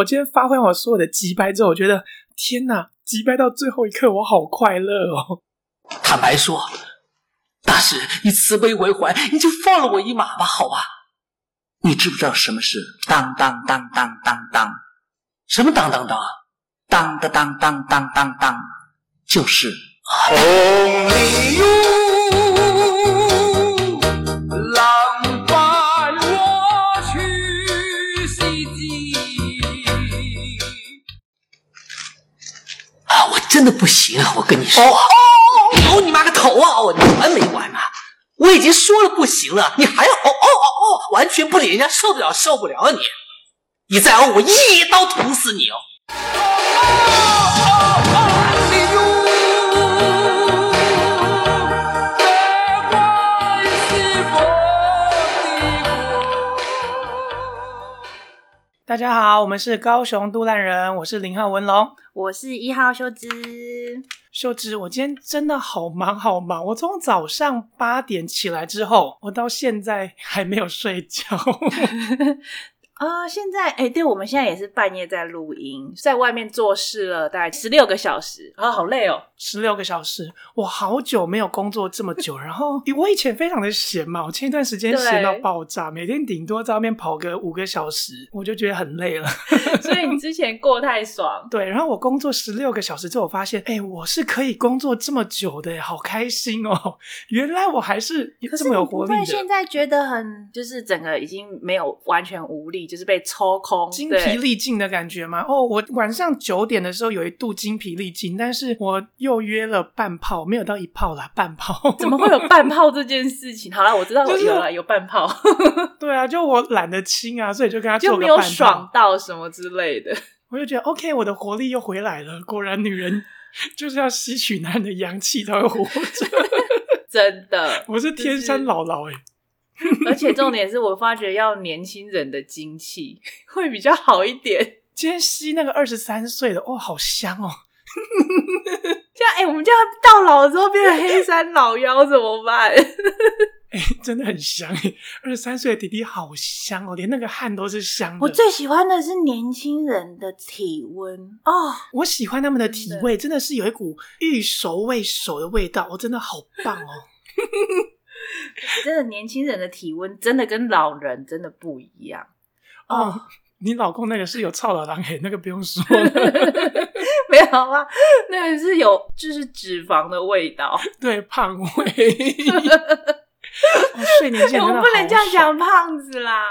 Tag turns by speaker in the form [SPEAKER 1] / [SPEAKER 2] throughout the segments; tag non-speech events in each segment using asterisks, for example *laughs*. [SPEAKER 1] 我今天发挥我所有的击败之后，我觉得天哪，击败到最后一刻，我好快乐哦！
[SPEAKER 2] 坦白说，大师以慈悲为怀，你就放了我一马吧，好吧？你知不知道什么是当当当当当当？什么当当当？啊当当当当当当当，就是
[SPEAKER 3] 红鲤鱼，浪把我去西极。
[SPEAKER 2] 啊！我真的不行了，我跟你说。哦哦你妈个头啊！哦，你完没完啊？我已经说了不行了，你还要哦哦哦哦，完全不理人家，受不了，受不了啊你！你再哦，我一刀捅死你哦！
[SPEAKER 1] 大家好，我们是高雄杜烂人，我是零号文龙。
[SPEAKER 4] 我是一号修之，
[SPEAKER 1] 秀芝，我今天真的好忙好忙，我从早上八点起来之后，我到现在还没有睡觉。 *laughs*
[SPEAKER 4] 啊、现在哎、对，我们现在也是半夜在录音，在外面做事了大概十六个小时，啊，好累 *laughs* 哦。
[SPEAKER 1] 十六个小时，我好久没有工作这么久。然后我以前非常的闲嘛，我前一段时间闲到
[SPEAKER 4] 对
[SPEAKER 1] 爆炸，每天顶多在外面跑个五个小时，我就觉得很累了。
[SPEAKER 4] 所以你之前过太爽，
[SPEAKER 1] 对，然后我工作十六个小时之后，我发现，哎、我是可以工作这么久的，好开心哦！原来我还是
[SPEAKER 4] 可
[SPEAKER 1] 这
[SPEAKER 4] 是
[SPEAKER 1] 么
[SPEAKER 4] 你
[SPEAKER 1] 有
[SPEAKER 4] 不
[SPEAKER 1] 活
[SPEAKER 4] 会
[SPEAKER 1] 力的
[SPEAKER 4] 现，在觉得很就是整个已经没有完全无力，就是被抽空，
[SPEAKER 1] 精疲
[SPEAKER 4] 对
[SPEAKER 1] 力尽的感觉吗？哦，我晚上九点的时候有一度精疲力尽，但是我又约了半炮，没有到一炮啦，半炮。
[SPEAKER 4] 怎么会有半炮这件事情？好了，我知道
[SPEAKER 1] 就是
[SPEAKER 4] 有了有半炮，
[SPEAKER 1] *laughs* 对啊，就我懒得清啊， *laughs* 所以就跟他做
[SPEAKER 4] 就
[SPEAKER 1] 个
[SPEAKER 4] 没有
[SPEAKER 1] 半
[SPEAKER 4] 爽
[SPEAKER 1] 炮，
[SPEAKER 4] 到什么之类
[SPEAKER 1] *laughs*
[SPEAKER 4] 的。
[SPEAKER 1] 我就觉得 OK，我的活力又回来了。果然，女人 *laughs* 就是要吸取男人的阳气才会活着。
[SPEAKER 4] 真的，
[SPEAKER 1] 我是天山姥姥哎、
[SPEAKER 4] 而且重点是我发觉要年轻人的精气会比较好一点。
[SPEAKER 1] 今天吸那个二十三岁的，哦，好香哦！ *laughs*
[SPEAKER 4] 这样，哎、我们这样到老之后变成黑山老妖怎么 *laughs* 办？
[SPEAKER 1] 哎、真的很香哎！二十三岁的弟弟好香哦，连那个汗都是香的。
[SPEAKER 4] 我最喜欢的是年轻人的体温哦，
[SPEAKER 1] 我喜欢他们的体味，真的是有一股欲熟未熟的味道，哦，真的好棒
[SPEAKER 4] *laughs*
[SPEAKER 1] 哦！
[SPEAKER 4] 真的年轻人的体温真的跟老人真的不一样
[SPEAKER 1] 哦，
[SPEAKER 4] 哦。 *laughs*
[SPEAKER 1] 你老公那个是有操老狼哎，那个不用说
[SPEAKER 4] *laughs*
[SPEAKER 1] 了，
[SPEAKER 4] 没有啊，那个是有就是脂肪的味道，
[SPEAKER 1] 对，胖
[SPEAKER 4] *laughs*
[SPEAKER 1] 味。哦，睡年纪
[SPEAKER 4] 哎
[SPEAKER 1] 人
[SPEAKER 4] 我
[SPEAKER 1] 真的
[SPEAKER 4] 们不能这样
[SPEAKER 1] 好爽
[SPEAKER 4] 讲胖子啦。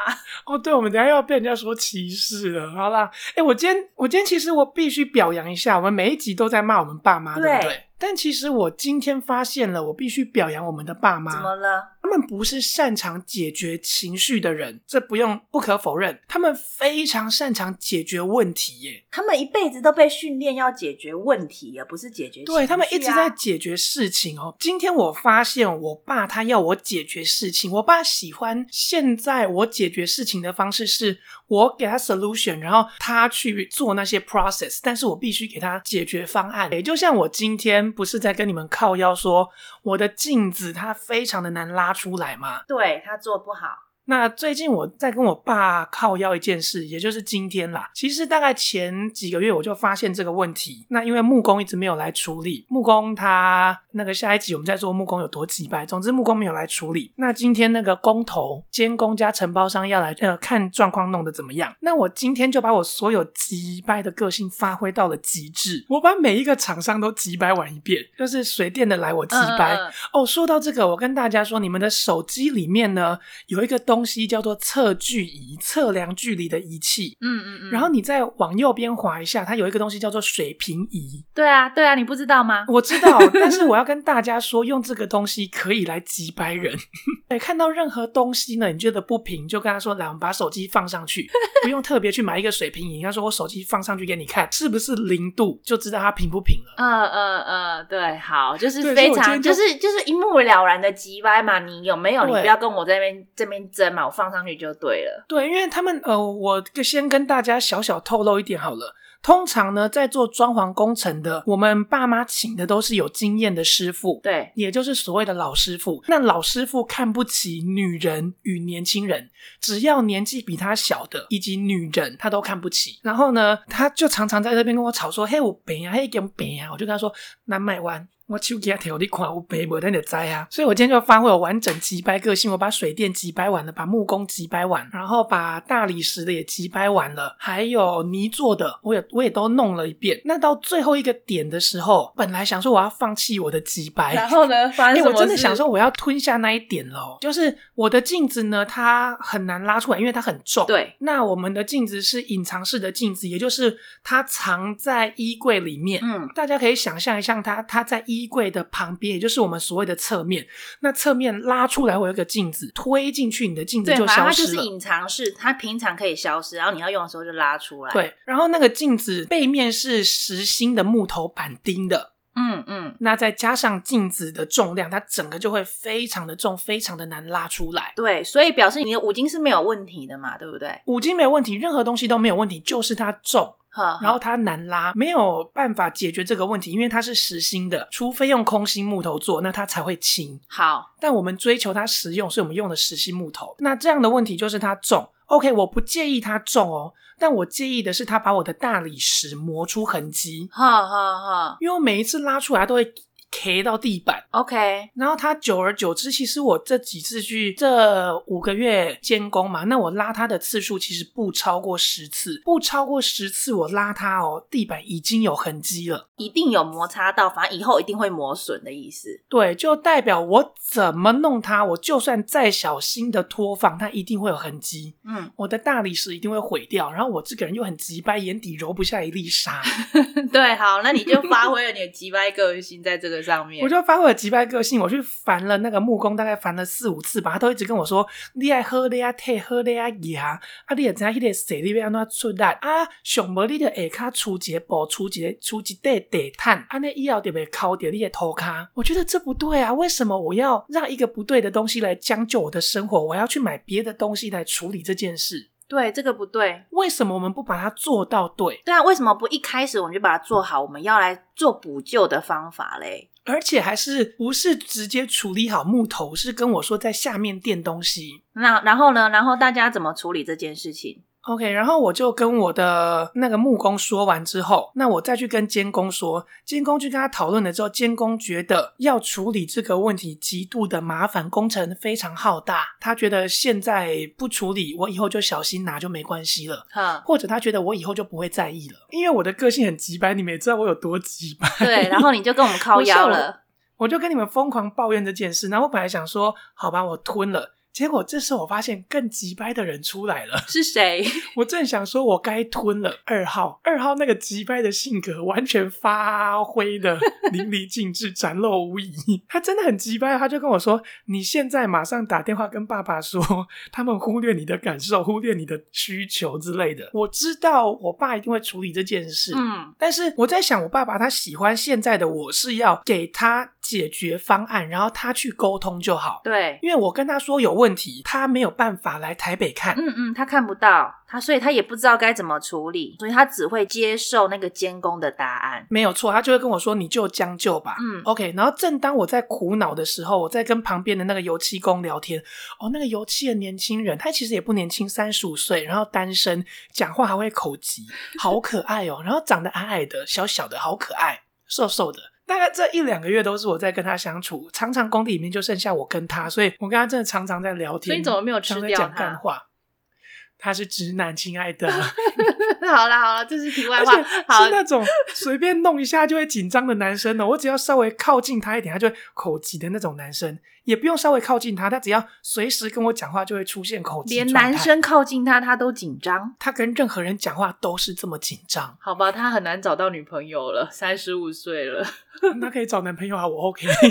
[SPEAKER 1] 哦，对，我们等一下又要被人家说歧视了。好啦，哎、我今天我今天其实我必须表扬一下，我们每一集都在骂我们爸妈，对
[SPEAKER 4] 对
[SPEAKER 1] 不对？但其实我今天发现了，我必须表扬我们的爸
[SPEAKER 4] 怎么
[SPEAKER 1] 妈，
[SPEAKER 4] 了？
[SPEAKER 1] 他们不是擅长解决情绪的人，这不用不可否认，他们非常擅长解决问题耶。
[SPEAKER 4] 他们一辈子都被训练要解决问题，而不是解决、啊
[SPEAKER 1] 对他们一直在。解决事情哦。今天我发现我爸他要我解决事情，我爸喜欢现在我解决事情的方式是我给他 solution，然后他去做那些 process，但是我必须给他解决方案。也就像我今天不是在跟你们靠腰说我的镜子它非常的难拉出来嘛，
[SPEAKER 4] 对他做不好，
[SPEAKER 1] 那最近我在跟我爸靠腰一件事，也就是今天啦。其实大概前几个月我就发现这个问题。那因为木工一直没有来处理，木工他那个下一集我们再说木工有多击败。总之木工没有来处理。那今天那个工头、监工加承包商要来呃看状况弄得怎么样。那我今天就把我所有击败的个性发挥到了极致，我把每一个厂商都击败完一遍，就是随便的来我击败。
[SPEAKER 4] 嗯嗯嗯
[SPEAKER 1] 哦，说到这个，我跟大家说，你们的手机里面呢有一个东西叫做测距仪，测量距离的仪器。
[SPEAKER 4] 嗯嗯嗯
[SPEAKER 1] 然后你再往右边滑一下，它有一个东西叫做水平仪。
[SPEAKER 4] 对啊对啊，你不知道吗？
[SPEAKER 1] 我知道，但是我要跟大家说，用这个东西可以来击败人。 *laughs* 对，看到任何东西呢，你觉得不平，就跟他说：“来，我们把手机放上去，不用特别去买一个水平仪。”他说：“我手机放上去给你看，是不是零度，就知道它平不平了。”
[SPEAKER 4] 嗯嗯嗯，对，好，就
[SPEAKER 1] 对
[SPEAKER 4] 是
[SPEAKER 1] 所
[SPEAKER 4] 非
[SPEAKER 1] 以我今天
[SPEAKER 4] 常，
[SPEAKER 1] 就
[SPEAKER 4] 就是就是一目了然的击败嘛。你有没有？你
[SPEAKER 1] 对
[SPEAKER 4] 不要跟我这边这边争嘛，我放上去就对了。
[SPEAKER 1] 对，因为他们呃，我就先跟大家小小透露一点好了。通常呢，在做装潢工程的，我们爸妈请的都是有经验的师傅，
[SPEAKER 4] 对，
[SPEAKER 1] 也就是所谓的老师傅。那老师傅看不起女人与年轻人，只要年纪比他小的以及女人，他都看不起。然后呢，他就常常在这边跟我吵说：“嘿，我病啊，嘿，给我病啊！”我就跟他说：“南麦湾。”我手机啊，条你看我白无，咱就知啊。所以我今天就发挥我完整击败个性，我把水电击败完了，把木工击败完，然后把大理石的也击败完了，还有泥做的，我也我也都弄了一遍。那到最后一个点的时候，本来想说我要放弃我的击败，
[SPEAKER 4] 然后呢，发
[SPEAKER 1] 哎、
[SPEAKER 4] 生啊什
[SPEAKER 1] 我
[SPEAKER 4] 么
[SPEAKER 1] 真的
[SPEAKER 4] 事
[SPEAKER 1] 想说，我要吞下那一点喽。就是我的镜子呢，它很难拉出来，因为它很重。。
[SPEAKER 4] 对，
[SPEAKER 1] 那我们的镜子是隐藏式的镜子，也就是它藏在衣柜里面。
[SPEAKER 4] 嗯，
[SPEAKER 1] 大家可以想象一下它，它在衣柜的旁边，也就是我们所谓的侧面。那侧面拉出来，会有一个镜子，推进去，你的镜子
[SPEAKER 4] 对，
[SPEAKER 1] 就
[SPEAKER 4] 反正
[SPEAKER 1] 消
[SPEAKER 4] 它就
[SPEAKER 1] 失
[SPEAKER 4] 是
[SPEAKER 1] 了。
[SPEAKER 4] 隐藏式，它平常可以消失，然后你要用的时候就拉出来。，
[SPEAKER 1] 对，然后那个镜子背面是实心的木头板钉的，
[SPEAKER 4] 嗯嗯，
[SPEAKER 1] 那再加上镜子的重量，它整个就会非常的重，非常的难拉出来。
[SPEAKER 4] 对，所以表示你的五金是没有问题的嘛，对不对？
[SPEAKER 1] 五金没有问题，任何东西都没有问题，就是它重，
[SPEAKER 4] 呵，
[SPEAKER 1] 然后它难拉，没有办法解决这个问题，因为它是实心的，除非用空心木头做，那它才会轻。
[SPEAKER 4] 好，
[SPEAKER 1] 但我们追求它实用，所以我们用的实心木头。那这样的问题就是它重。OK，我不介意它重哦，但我介意的是它把我的大理石磨出痕迹，
[SPEAKER 4] 呵呵呵
[SPEAKER 1] 因为我每一次拉出来它都会 K 到地板。
[SPEAKER 4] ，OK，
[SPEAKER 1] 然后它久而久之，其实我这几次去这五个月监工嘛，那我拉它的次数其实不超过十次，不超过十次我拉它哦，地板已经有痕迹了。
[SPEAKER 4] 一定有摩擦到，反正以后一定会磨损的意思。
[SPEAKER 1] 对，就代表我怎么弄它，我就算再小心的拖放，它一定会有痕迹，
[SPEAKER 4] 嗯，
[SPEAKER 1] 我的大理石一定会毁掉。然后我这个人又很急掰，眼底揉不下一粒沙，
[SPEAKER 4] *laughs* 对，好，那你就发挥了你的急掰个性在这个上面。
[SPEAKER 1] 我就发挥了急掰个性，我去烦了那个木工，大概烦了四五次吧，他都一直跟我说：“你爱喝的呀，退喝的呀，牙啊，你也知道迄个水你要安怎出力啊，上无你就下骹出一个布，出一个出一块地毯，安尼以后就袂抠掉你的头骹。”我觉得这不对啊，为什么我要让一个不对的东西来将就我的生活？我要去买别的东西来处理这件事？
[SPEAKER 4] 对，这个不对。
[SPEAKER 1] 为什么我们不把它做到对？
[SPEAKER 4] 对啊，为什么不一开始我们就把它做好？我们要来做补救的方法嘞？
[SPEAKER 1] 而且还是不是直接处理好木头？是跟我说在下面垫东西。
[SPEAKER 4] 那然后呢？然后大家怎么处理这件事情？
[SPEAKER 1] OK，然后我就跟我的那个木工说完之后，那我再去跟监工说，监工去跟他讨论了之后，监工觉得要处理这个问题极度的麻烦，工程非常浩大，他觉得现在不处理，我以后就小心拿就没关系了。
[SPEAKER 4] 哈，
[SPEAKER 1] 或者他觉得我以后就不会在意了，因为我的个性很急掰，你们也知道我有多急掰。
[SPEAKER 4] *laughs* 对，然后你就跟我们靠腰了。
[SPEAKER 1] *laughs* 我就跟你们疯狂抱怨这件事，然后我本来想说，好吧，我吞了。结果这时候我发现更急掰的人出来了，
[SPEAKER 4] 是谁？
[SPEAKER 1] 我正想说，我该吞了二号，二号那个急掰的性格完全发挥的淋漓尽致，展露无遗。他真的很急掰，他就跟我说：“你现在马上打电话跟爸爸说，他们忽略你的感受，忽略你的需求之类的。”我知道我爸一定会处理这件事，
[SPEAKER 4] 嗯，
[SPEAKER 1] 但是我在想，我爸爸他喜欢现在的我是要给他解决方案，然后他去沟通就好。
[SPEAKER 4] 对，
[SPEAKER 1] 因为我跟他说有问题，他没有办法来台北看，
[SPEAKER 4] 嗯嗯，他看不到，他所以他也不知道该怎么处理，所以他只会接受那个监工的答案。
[SPEAKER 1] 没有错，他就会跟我说：“你就将就吧。”
[SPEAKER 4] 嗯
[SPEAKER 1] ，OK。然后正当我在苦恼的时候，我在跟旁边的那个油漆工聊天。哦，那个油漆的年轻人，他其实也不年轻，三十五岁，然后单身，讲话还会口疾，好可爱哦。然后长得矮矮的，小小的，好可爱，瘦瘦的。大概这一两个月都是我在跟他相处，常常工地里面就剩下我跟他，所以我跟他真的常常在聊天。
[SPEAKER 4] 所以你怎么没有吃
[SPEAKER 1] 常在
[SPEAKER 4] 掉
[SPEAKER 1] 讲
[SPEAKER 4] 他
[SPEAKER 1] 干话？他是直男，亲爱
[SPEAKER 4] *laughs*
[SPEAKER 1] 的。
[SPEAKER 4] *laughs* 好啦好啦，这是题外
[SPEAKER 1] 而
[SPEAKER 4] 话
[SPEAKER 1] 且。
[SPEAKER 4] 好
[SPEAKER 1] 是，那种随便弄一下就会紧张的男生哦。我只要稍微靠近他一点，他就会口急的那种男生，也不用稍微靠近他，他只要随时跟我讲话就会出现口急。
[SPEAKER 4] 连男，生靠近他，他都紧张。。
[SPEAKER 1] 他跟任何人讲话都是这么紧张
[SPEAKER 4] *laughs* 好吧，他很难找到女朋友了，三十五岁了。
[SPEAKER 1] 那可以找男朋友啊，我 OK。
[SPEAKER 4] *laughs*
[SPEAKER 1] *laughs*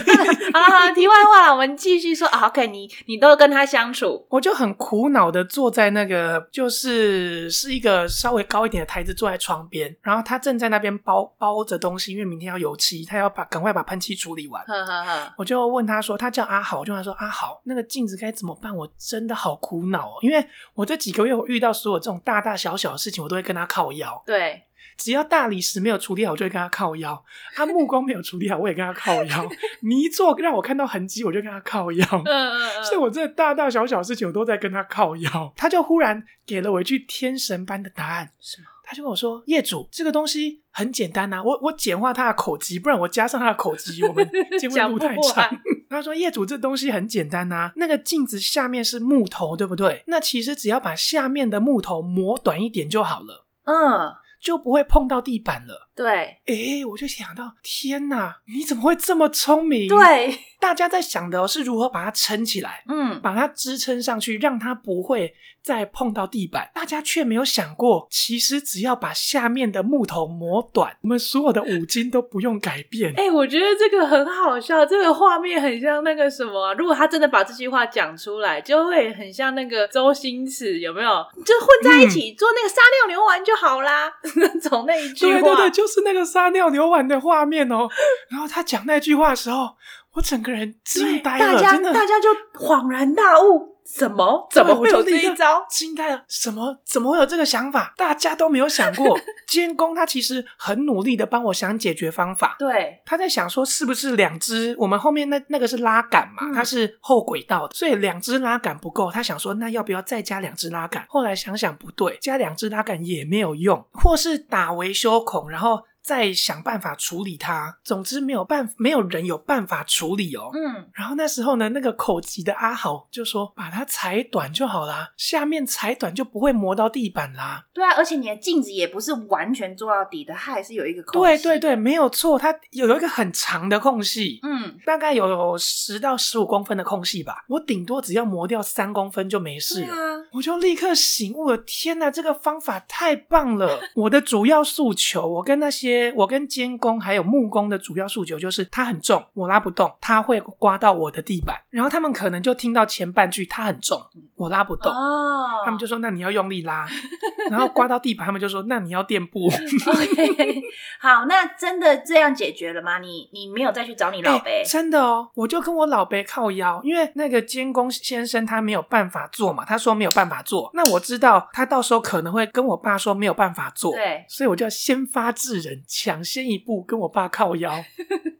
[SPEAKER 4] 啊，题外话，我们继续说。啊、OK，你你都跟他相处，
[SPEAKER 1] 我就很苦恼的坐在那个，就是是一个稍微高一点的台子，坐在窗边，然后他正在那边包包着东西，因为明天要油漆，他要把赶快把喷漆处理完。
[SPEAKER 4] 呵呵呵，
[SPEAKER 1] 我就问他说，他叫阿好，我就跟他说阿好，那个镜子该怎么办？我真的好苦恼哦，因为我这几个月我遇到所有这种大大小小的事情，我都会跟他靠腰。
[SPEAKER 4] 对，
[SPEAKER 1] 只要大理石没有处理好，我就会跟他靠腰；他木工没有处理好，我也跟他靠腰；泥做让我看到痕迹，我就跟他靠腰。
[SPEAKER 4] 嗯嗯 *laughs*
[SPEAKER 1] 所以，我这大大小小事情，我都在跟他靠腰。他就忽然给了我一句天神般的答案，
[SPEAKER 4] 什么？
[SPEAKER 1] 他就跟我说：“业主，这个东西很简单啊呐，我我简化他的口级，不然我加上他的口级，
[SPEAKER 4] *laughs*
[SPEAKER 1] 我们节目
[SPEAKER 4] 讲
[SPEAKER 1] 录
[SPEAKER 4] 不啊
[SPEAKER 1] 太
[SPEAKER 4] 完
[SPEAKER 1] 长。”他说：“业主，这东西很简单呐、那个镜子下面是木头，对不对？那其实只要把下面的木头磨短一点就好了，
[SPEAKER 4] 嗯，
[SPEAKER 1] 就不会碰到地板了。”
[SPEAKER 4] 对
[SPEAKER 1] 诶，我就想到，天哪，你怎么会这么聪
[SPEAKER 4] 嗯
[SPEAKER 1] 明？，
[SPEAKER 4] 对，
[SPEAKER 1] 大家在想的哦是如何把它撑起来。
[SPEAKER 4] 嗯，
[SPEAKER 1] 把它支撑上去，让它不会再碰到地板。大家却没有想过，其实只要把下面的木头磨短，我们所有的五金都不用改变。
[SPEAKER 4] 哎、我觉得这个很好笑，这个画面很像那个什么啊、如果他真的把这句话讲出来，就会很像那个周星驰，有没有？就混在一
[SPEAKER 1] 嗯
[SPEAKER 4] 起、做那个撒尿牛丸就好啦， *laughs* 那种那一句
[SPEAKER 1] 对
[SPEAKER 4] 话。
[SPEAKER 1] 对对，就是那个撒尿牛丸的画面哦。然后他讲那句话的时候，我整个人
[SPEAKER 4] 对
[SPEAKER 1] 惊呆
[SPEAKER 4] 大
[SPEAKER 1] 了，
[SPEAKER 4] 家
[SPEAKER 1] 真的
[SPEAKER 4] 大家就恍然大悟，怎
[SPEAKER 1] *laughs*
[SPEAKER 4] 么
[SPEAKER 1] 对
[SPEAKER 4] 怎么会有
[SPEAKER 1] 我就
[SPEAKER 4] 这
[SPEAKER 1] 立刻
[SPEAKER 4] 一招？
[SPEAKER 1] 惊呆了！什么？怎么会有这个想法？大家都没有想
[SPEAKER 4] *laughs*
[SPEAKER 1] 过。监工他其实很努力的帮我想解决方法，
[SPEAKER 4] 对，
[SPEAKER 1] 他在想说是不是两只，我们后面那那个是拉杆嘛，
[SPEAKER 4] 嗯
[SPEAKER 1] 它是后轨道的，所以两只拉杆不够，他想说那要不要再加两只拉杆？后来想想不对，加两只拉杆也没有用，或是打维修孔，然后再想办法处理它。总之没有办，没有人有办法处理哦。
[SPEAKER 4] 嗯，
[SPEAKER 1] 然后那时候呢，那个口级的阿豪就说：“把它裁短就好啦，下面裁短就不会磨到地板啦。”
[SPEAKER 4] 对啊，而且你的镜子也不是完全做到底的，它还是有一个空
[SPEAKER 1] 对
[SPEAKER 4] 隙。
[SPEAKER 1] 对，对，没有错，它有有一个很长的空隙，
[SPEAKER 4] 嗯，
[SPEAKER 1] 大概有十到十五公分的空隙吧，我顶多只要磨掉三公分就没事
[SPEAKER 4] 对
[SPEAKER 1] 了。
[SPEAKER 4] 啊，
[SPEAKER 1] 我就立刻醒悟了，天哪，这个方法太棒
[SPEAKER 4] *laughs*
[SPEAKER 1] 了！我的主要诉求，我跟那些我跟监工还有木工的主要诉求就是，它很重，我拉不动，它会刮到我的地板。然后他们可能就听到前半句，它很重，我拉不动，
[SPEAKER 4] 哦，
[SPEAKER 1] 他们就说那你要用力拉，然后刮到地板，他们就说那你要垫
[SPEAKER 4] *laughs*
[SPEAKER 1] 布。
[SPEAKER 4] OK，好， *laughs* 那真的这样解决了吗？你你没有再去找你老
[SPEAKER 1] 哎
[SPEAKER 4] 呗？
[SPEAKER 1] 真的哦，我就跟我老伯靠腰，因为那个监工先生他没有办法做嘛，他说没有办法做，那我知道他到时候可能会跟我爸说没有办法做，
[SPEAKER 4] 对
[SPEAKER 1] 所以我就要先发制人，抢先一步跟我爸靠
[SPEAKER 4] *laughs*
[SPEAKER 1] 腰，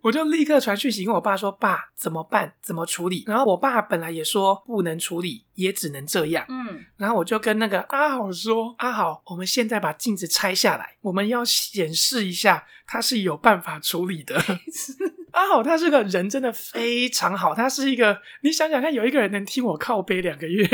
[SPEAKER 1] 我就立刻传讯息跟我爸说，爸怎么办，怎么处理？然后我爸本来也说不能处理，也只能这样。
[SPEAKER 4] 嗯，
[SPEAKER 1] 然后我就跟那个阿好说：“阿好，我们现在把镜子拆下来，我们要显示一下它是有办法处理
[SPEAKER 4] *laughs*
[SPEAKER 1] 的。”阿好他这个人真的非常好，他是一个你想想看，有一个人能听我靠背两个月，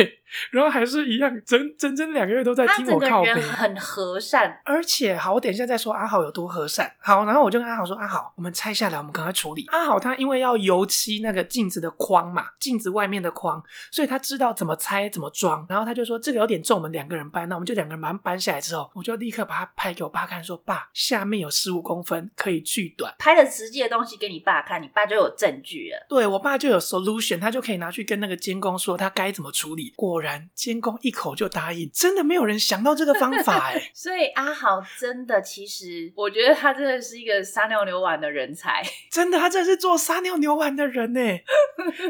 [SPEAKER 1] 然后还是一样整整整两个月都在
[SPEAKER 4] 他
[SPEAKER 1] 听我
[SPEAKER 4] 整个
[SPEAKER 1] 靠背，
[SPEAKER 4] 人很和善，
[SPEAKER 1] 而且好，我等一下再说阿好有多和善。好，然后我就跟阿好说：“阿好，我们拆下来，我们赶快处理。”阿好他因为要油漆那个镜子的框嘛，镜子外面的框，所以他知道怎么拆怎么装。然后他就说：“这个有点重，我们两个人搬，那我们就两个人把它搬下来之后，我就立刻把它拍给我爸看，说：‘爸，下面有十五公分，可以锯短。’
[SPEAKER 4] 拍了实际的东西给你爸看，你爸就有证据了。
[SPEAKER 1] 对我爸就有 solution，他就可以拿去跟那个监工说他该怎么处理。果然，监工一口就答应，真的没有人想到这个方法哎、
[SPEAKER 4] 所以阿豪真的，其实我觉得他真的是一个撒尿牛丸的人才。
[SPEAKER 1] 真的，他真的是做撒尿牛丸的人
[SPEAKER 4] *laughs*
[SPEAKER 1] 呢。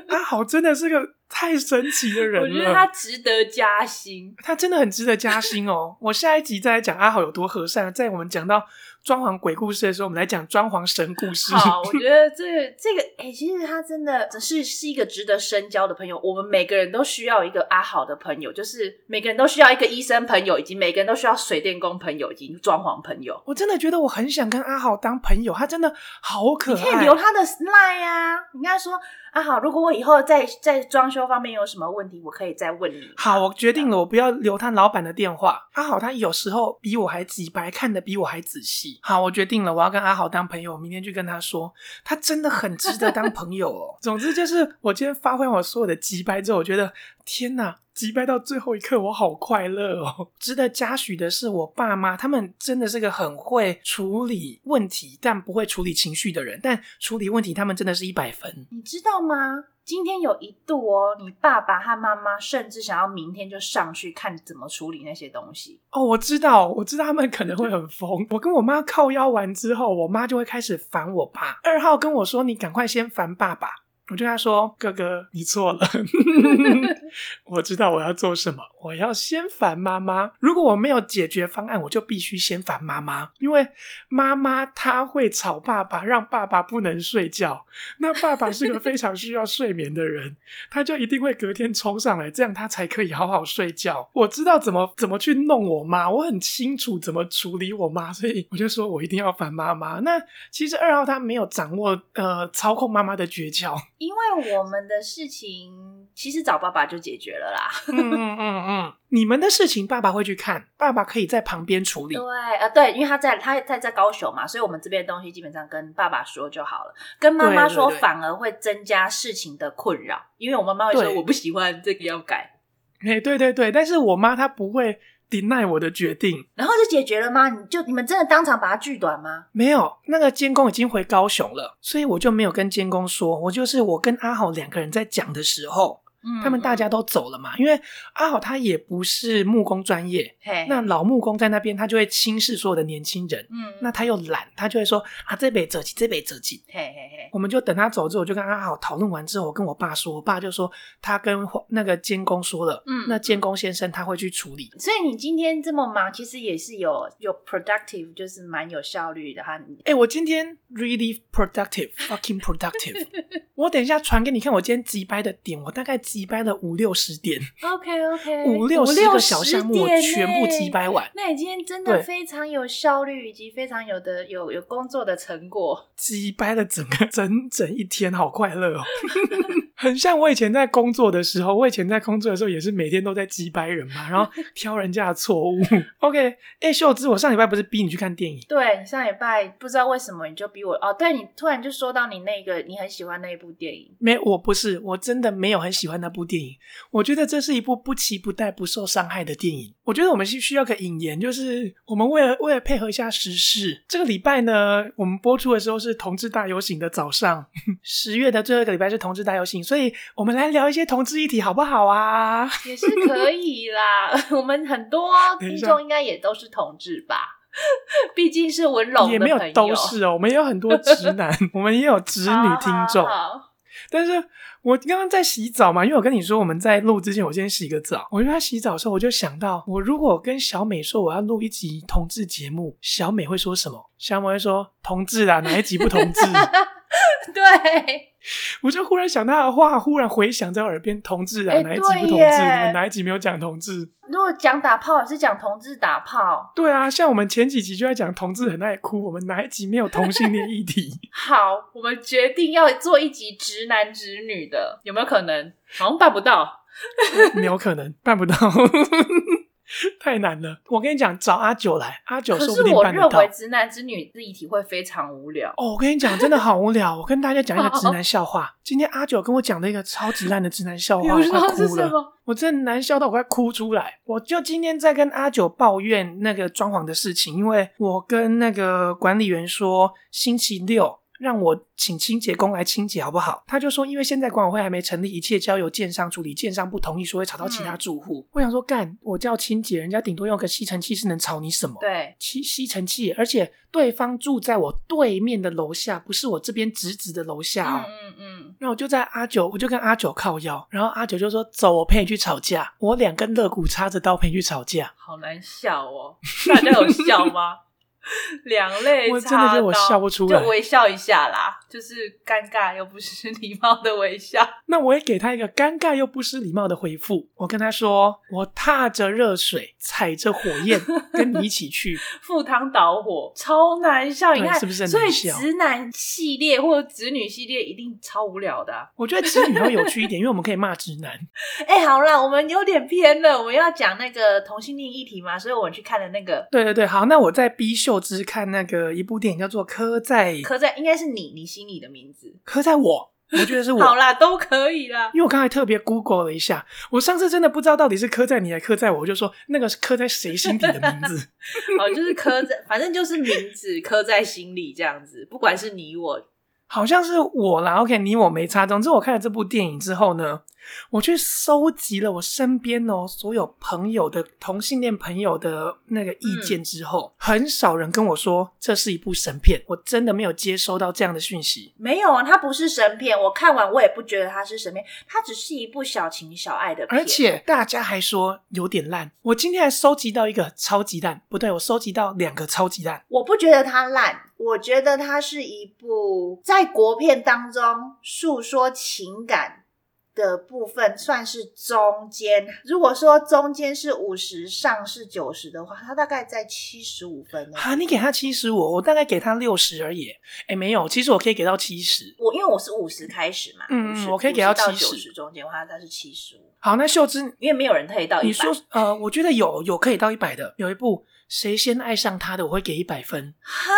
[SPEAKER 1] 阿豪真的是个太神奇的人
[SPEAKER 4] 我
[SPEAKER 1] 了，
[SPEAKER 4] 觉得他值得
[SPEAKER 1] *laughs*
[SPEAKER 4] 加薪。
[SPEAKER 1] 他真的很值得加薪哦。我下一集再来讲阿豪有多和善，在我们讲到装潢鬼故事的时候，我们来讲装潢神故事。
[SPEAKER 4] 好，我觉得这个这个，哎、其实他真的只是是一个值得深交的朋友。我们每个人都需要一个阿好的朋友，就是每个人都需要一个医生朋友，以及每个人都需要水电工朋友，以及装潢朋友。
[SPEAKER 1] 我真的觉得我很想跟阿豪当朋友，他真的好可
[SPEAKER 4] 你可以
[SPEAKER 1] 爱
[SPEAKER 4] 留。他的 line 啊，你跟他说阿好，如果我以后在在装修方面有什么问题，我可以再问你。
[SPEAKER 1] 好，我决定了，我不要留他老板的电话。阿豪他有时候比我还急白，看得比我还仔细。好，我决定了，我要跟阿豪当朋友。我明天去跟他说，他真的很值得当朋友哦。总之就是，我今天发挥完我所有的急白之后，我觉得天哪，急白到最后一刻，我好快乐哦。值得嘉许的是，我爸妈他们真的是个很会处理问题，但不会处理情绪的人，但处理问题他们真的是一百分。
[SPEAKER 4] 你知道吗？今天有一度哦，你爸爸和妈妈甚至想要明天就上去看怎么处理那些东西。
[SPEAKER 1] 哦，我知道，我知道他们可能会很疯。我跟我妈靠腰完之后，我妈就会开始烦我爸。二号跟我说：“你赶快先烦爸爸。”我就跟他说：“哥哥，你错了， *laughs* 我知道我要做什么，我要先烦妈妈。如果我没有解决方案，我就必须先烦妈妈，因为妈妈她会吵爸爸，让爸爸不能睡觉。那爸爸是个非常需要睡眠的人，他就一定会隔天冲上来，这样他才可以好好睡觉。我知道怎么怎么去弄我妈，我很清楚怎么处理我妈，所以我就说我一定要烦妈妈。那其实二号他没有掌握呃操控妈妈的诀窍，
[SPEAKER 4] 因为我们的事情其实找爸爸就解决了啦。
[SPEAKER 1] 嗯嗯嗯嗯， *laughs* 你们的事情爸爸会去看，爸爸可以在旁边处理
[SPEAKER 4] 对，。呃，对，因为他在他他在高雄嘛，所以我们这边的东西基本上跟爸爸说就好了，跟妈妈
[SPEAKER 1] 对对
[SPEAKER 4] 说
[SPEAKER 1] 对
[SPEAKER 4] 反而会增加事情的困扰，因为我妈妈会说
[SPEAKER 1] 对
[SPEAKER 4] 我不喜欢这个要改，
[SPEAKER 1] 哎、对对对，但是我妈她不会 deny 我的决定，
[SPEAKER 4] 然后就解决了吗？你就你们真的当场把它锯短吗？
[SPEAKER 1] 没有，那个监工已经回高雄了，所以我就没有跟监工说。我就是我跟阿豪两个人在讲的时候，
[SPEAKER 4] 嗯
[SPEAKER 1] 他们大家都走了嘛，因为阿豪他也不是木工专业，
[SPEAKER 4] 嘿，
[SPEAKER 1] 那老木工在那边他就会轻视所有的年轻人，
[SPEAKER 4] 哎嗯，
[SPEAKER 1] 那他又懒，他就会说啊这北折起，这北折起。
[SPEAKER 4] 嘿嘿嘿，
[SPEAKER 1] 我们就等他走之后，我就跟阿豪讨论完之后，我跟我爸说，我爸就说他跟那个监工说了，
[SPEAKER 4] 嗯
[SPEAKER 1] 那监工先生他会去处理，
[SPEAKER 4] 所以你今天这么忙，其实也是有有 productive，就是蛮有效率的哈。你
[SPEAKER 1] 哎、我今天 really productive, fucking
[SPEAKER 4] *laughs*
[SPEAKER 1] productive 。我等一下传给你看，我今天急掰的点，我大概急掰了五六十点，
[SPEAKER 4] OK OK，
[SPEAKER 1] 五六十个小项目我全部急。掰完，
[SPEAKER 4] 欸那你今天真
[SPEAKER 1] 对
[SPEAKER 4] 的非常有效率，以及非常有的有有工作的成果。
[SPEAKER 1] 急掰了整个整整一天，好快乐哦！很像我以前在工作的时候，我以前在工作的时候也是每天都在击败人嘛，然后挑人家的错误。OK，哎、秀芝，我上礼拜不是逼你去看电影？
[SPEAKER 4] 对你上礼拜不知道为什么你就逼我哦，对你突然就说到你那个你很喜欢那一部电影，
[SPEAKER 1] 没，我不是，我真的没有很喜欢那部电影。我觉得这是一部不期不待、不受伤害的电影。我觉得我们是需要个引言，就是我们为了为了配合一下时事，这个礼拜呢，我们播出的时候是同志大游行的早上， *laughs* 十月的最后一个礼拜是同志大游行，所以我们来聊一些同志议题好不好啊？
[SPEAKER 4] 也是 *laughs* 可以啦。我们很多
[SPEAKER 1] 等一
[SPEAKER 4] 听
[SPEAKER 1] 下
[SPEAKER 4] 众应该也都是同志吧，毕竟是文龙的
[SPEAKER 1] 也没有
[SPEAKER 4] 朋友
[SPEAKER 1] 都是哦，我们也有很多直男， *laughs* 我们也有直女听众。
[SPEAKER 4] 好好好
[SPEAKER 1] 但是我刚刚在洗澡嘛，因为我跟你说我们在录之前，我先洗个澡。我就在洗澡的时候，我就想到，我如果跟小美说我要录一集同志节目，小美会说什么？小美会说同志啦，哪一集不同志？ *laughs*
[SPEAKER 4] 对，
[SPEAKER 1] 我就忽然想到她的话，忽然回想在我耳边，同志啦，
[SPEAKER 4] 哎
[SPEAKER 1] 哪一集不同志？
[SPEAKER 4] 对
[SPEAKER 1] 你
[SPEAKER 4] 耶
[SPEAKER 1] 们哪一集没有讲同志？
[SPEAKER 4] 如果讲打炮，是讲同志打炮。
[SPEAKER 1] 对啊，像我们前几集就在讲同志很爱哭，我们哪一集没有同性恋议题？ *laughs*
[SPEAKER 4] 好，我们决定要做一集直男直女的，有没有可能？好像办不到。
[SPEAKER 1] 没有可能办不到。 *laughs* 太难了，我跟你讲，找阿九来，阿九
[SPEAKER 4] 可
[SPEAKER 1] 说
[SPEAKER 4] 是
[SPEAKER 1] 不定
[SPEAKER 4] 我
[SPEAKER 1] 办得
[SPEAKER 4] 认
[SPEAKER 1] 到
[SPEAKER 4] 为。直男直女这一题会非常无聊。
[SPEAKER 1] 哦，我跟你讲，真的好无聊。我跟大家讲一个直男笑话。今天阿九跟我讲了一个超级烂的直男笑
[SPEAKER 4] *laughs* 比
[SPEAKER 1] 话，我
[SPEAKER 4] 如
[SPEAKER 1] 快
[SPEAKER 4] 说是
[SPEAKER 1] 哭
[SPEAKER 4] 什
[SPEAKER 1] 了。
[SPEAKER 4] 么？
[SPEAKER 1] 我真的难笑到我快哭出来。我就今天在跟阿九抱怨那个装潢的事情，因为我跟那个管理员说星期六让我请清洁工来清洁好不好？他就说因为现在管委会还没成立，一切交由建商处理，建商不同意，所以会吵到其
[SPEAKER 4] 嗯
[SPEAKER 1] 他住户。我想说，干，我叫清洁，人家顶多用个吸尘器是能吵你什么？
[SPEAKER 4] 对，
[SPEAKER 1] 吸吸尘器，而且对方住在我对面的楼下，不是我这边直直的楼下哦。
[SPEAKER 4] 嗯嗯嗯，
[SPEAKER 1] 那我就在阿九，我就跟阿九靠腰，然后阿九就说：“走，我陪你去吵架。”我两根肋骨插着刀陪你去吵架，
[SPEAKER 4] 好难笑哦。大家有笑吗？ *laughs* 两肋
[SPEAKER 1] 我
[SPEAKER 4] 插
[SPEAKER 1] 真的觉得我
[SPEAKER 4] 刀
[SPEAKER 1] 笑不出来
[SPEAKER 4] 就微笑一下啦，就是尴尬又不失礼貌的微笑。
[SPEAKER 1] 那我也给他一个尴尬又不失礼貌的回复。我跟他说：“我踏着热水，踩着火
[SPEAKER 4] *laughs*
[SPEAKER 1] 焰，跟你一起去。
[SPEAKER 4] 赴汤蹈火，超难笑。
[SPEAKER 1] 对
[SPEAKER 4] 你看，
[SPEAKER 1] 是不是很
[SPEAKER 4] 所以
[SPEAKER 1] 难笑
[SPEAKER 4] 直男系列或者直女系列一定超无聊的啊、”
[SPEAKER 1] 我觉得直女会有趣一点，因为我们可以骂直男。
[SPEAKER 4] 哎、好啦，我们有点偏了，我们要讲那个同性恋议题嘛，所以我们去看了那个
[SPEAKER 1] 对对对，好，那我在 B 秀之看那个一部电影叫做《刻在
[SPEAKER 4] 刻在，应该是你你心里的名字。
[SPEAKER 1] 刻在我》，我觉得是我。
[SPEAKER 4] 好啦，都可以啦。
[SPEAKER 1] 因为我刚才特别 Google 了一下，我上次真的不知道到底是刻在你还刻在我，我就说那个是刻在谁心底的名字。
[SPEAKER 4] 哦，就是刻在，反正就是名字刻在心里这样子，不管是你我
[SPEAKER 1] 好像是我啦。OK，你我没差。总之，我看了这部电影之后呢，我去收集了我身边哦所有朋友的同性恋朋友的那个意见之后，很少人跟我说这是一部神片，我真的没有接收到这样的讯息。
[SPEAKER 4] 没有啊，它不是神片，我看完我也不觉得它是神片，它只是一部小情小爱的片。
[SPEAKER 1] 而且大家还说有点烂。我今天还收集到一个超级烂，不对，我收集到两个超级烂。
[SPEAKER 4] 我不觉得它烂，我觉得它是一部在国片当中诉说情感的部分算是中间。如果说中间是五十，上是九十的话，它大概在七十五分呢。
[SPEAKER 1] 哈，啊你给他七十五，我大概给他六十而已。哎，没有，其实我可以给到七十。
[SPEAKER 4] 我因为我是五十开始嘛，
[SPEAKER 1] 嗯嗯
[SPEAKER 4] 50
[SPEAKER 1] 我可以给到
[SPEAKER 4] 50到
[SPEAKER 1] 70
[SPEAKER 4] 九十中间的话，它是七十五，
[SPEAKER 1] 好，那秀芝，
[SPEAKER 4] 因为没有人可以到一百。
[SPEAKER 1] 你说呃，我觉得有有可以到一百的，有一部《谁先爱上他的》，我会给一百分。
[SPEAKER 4] 哈，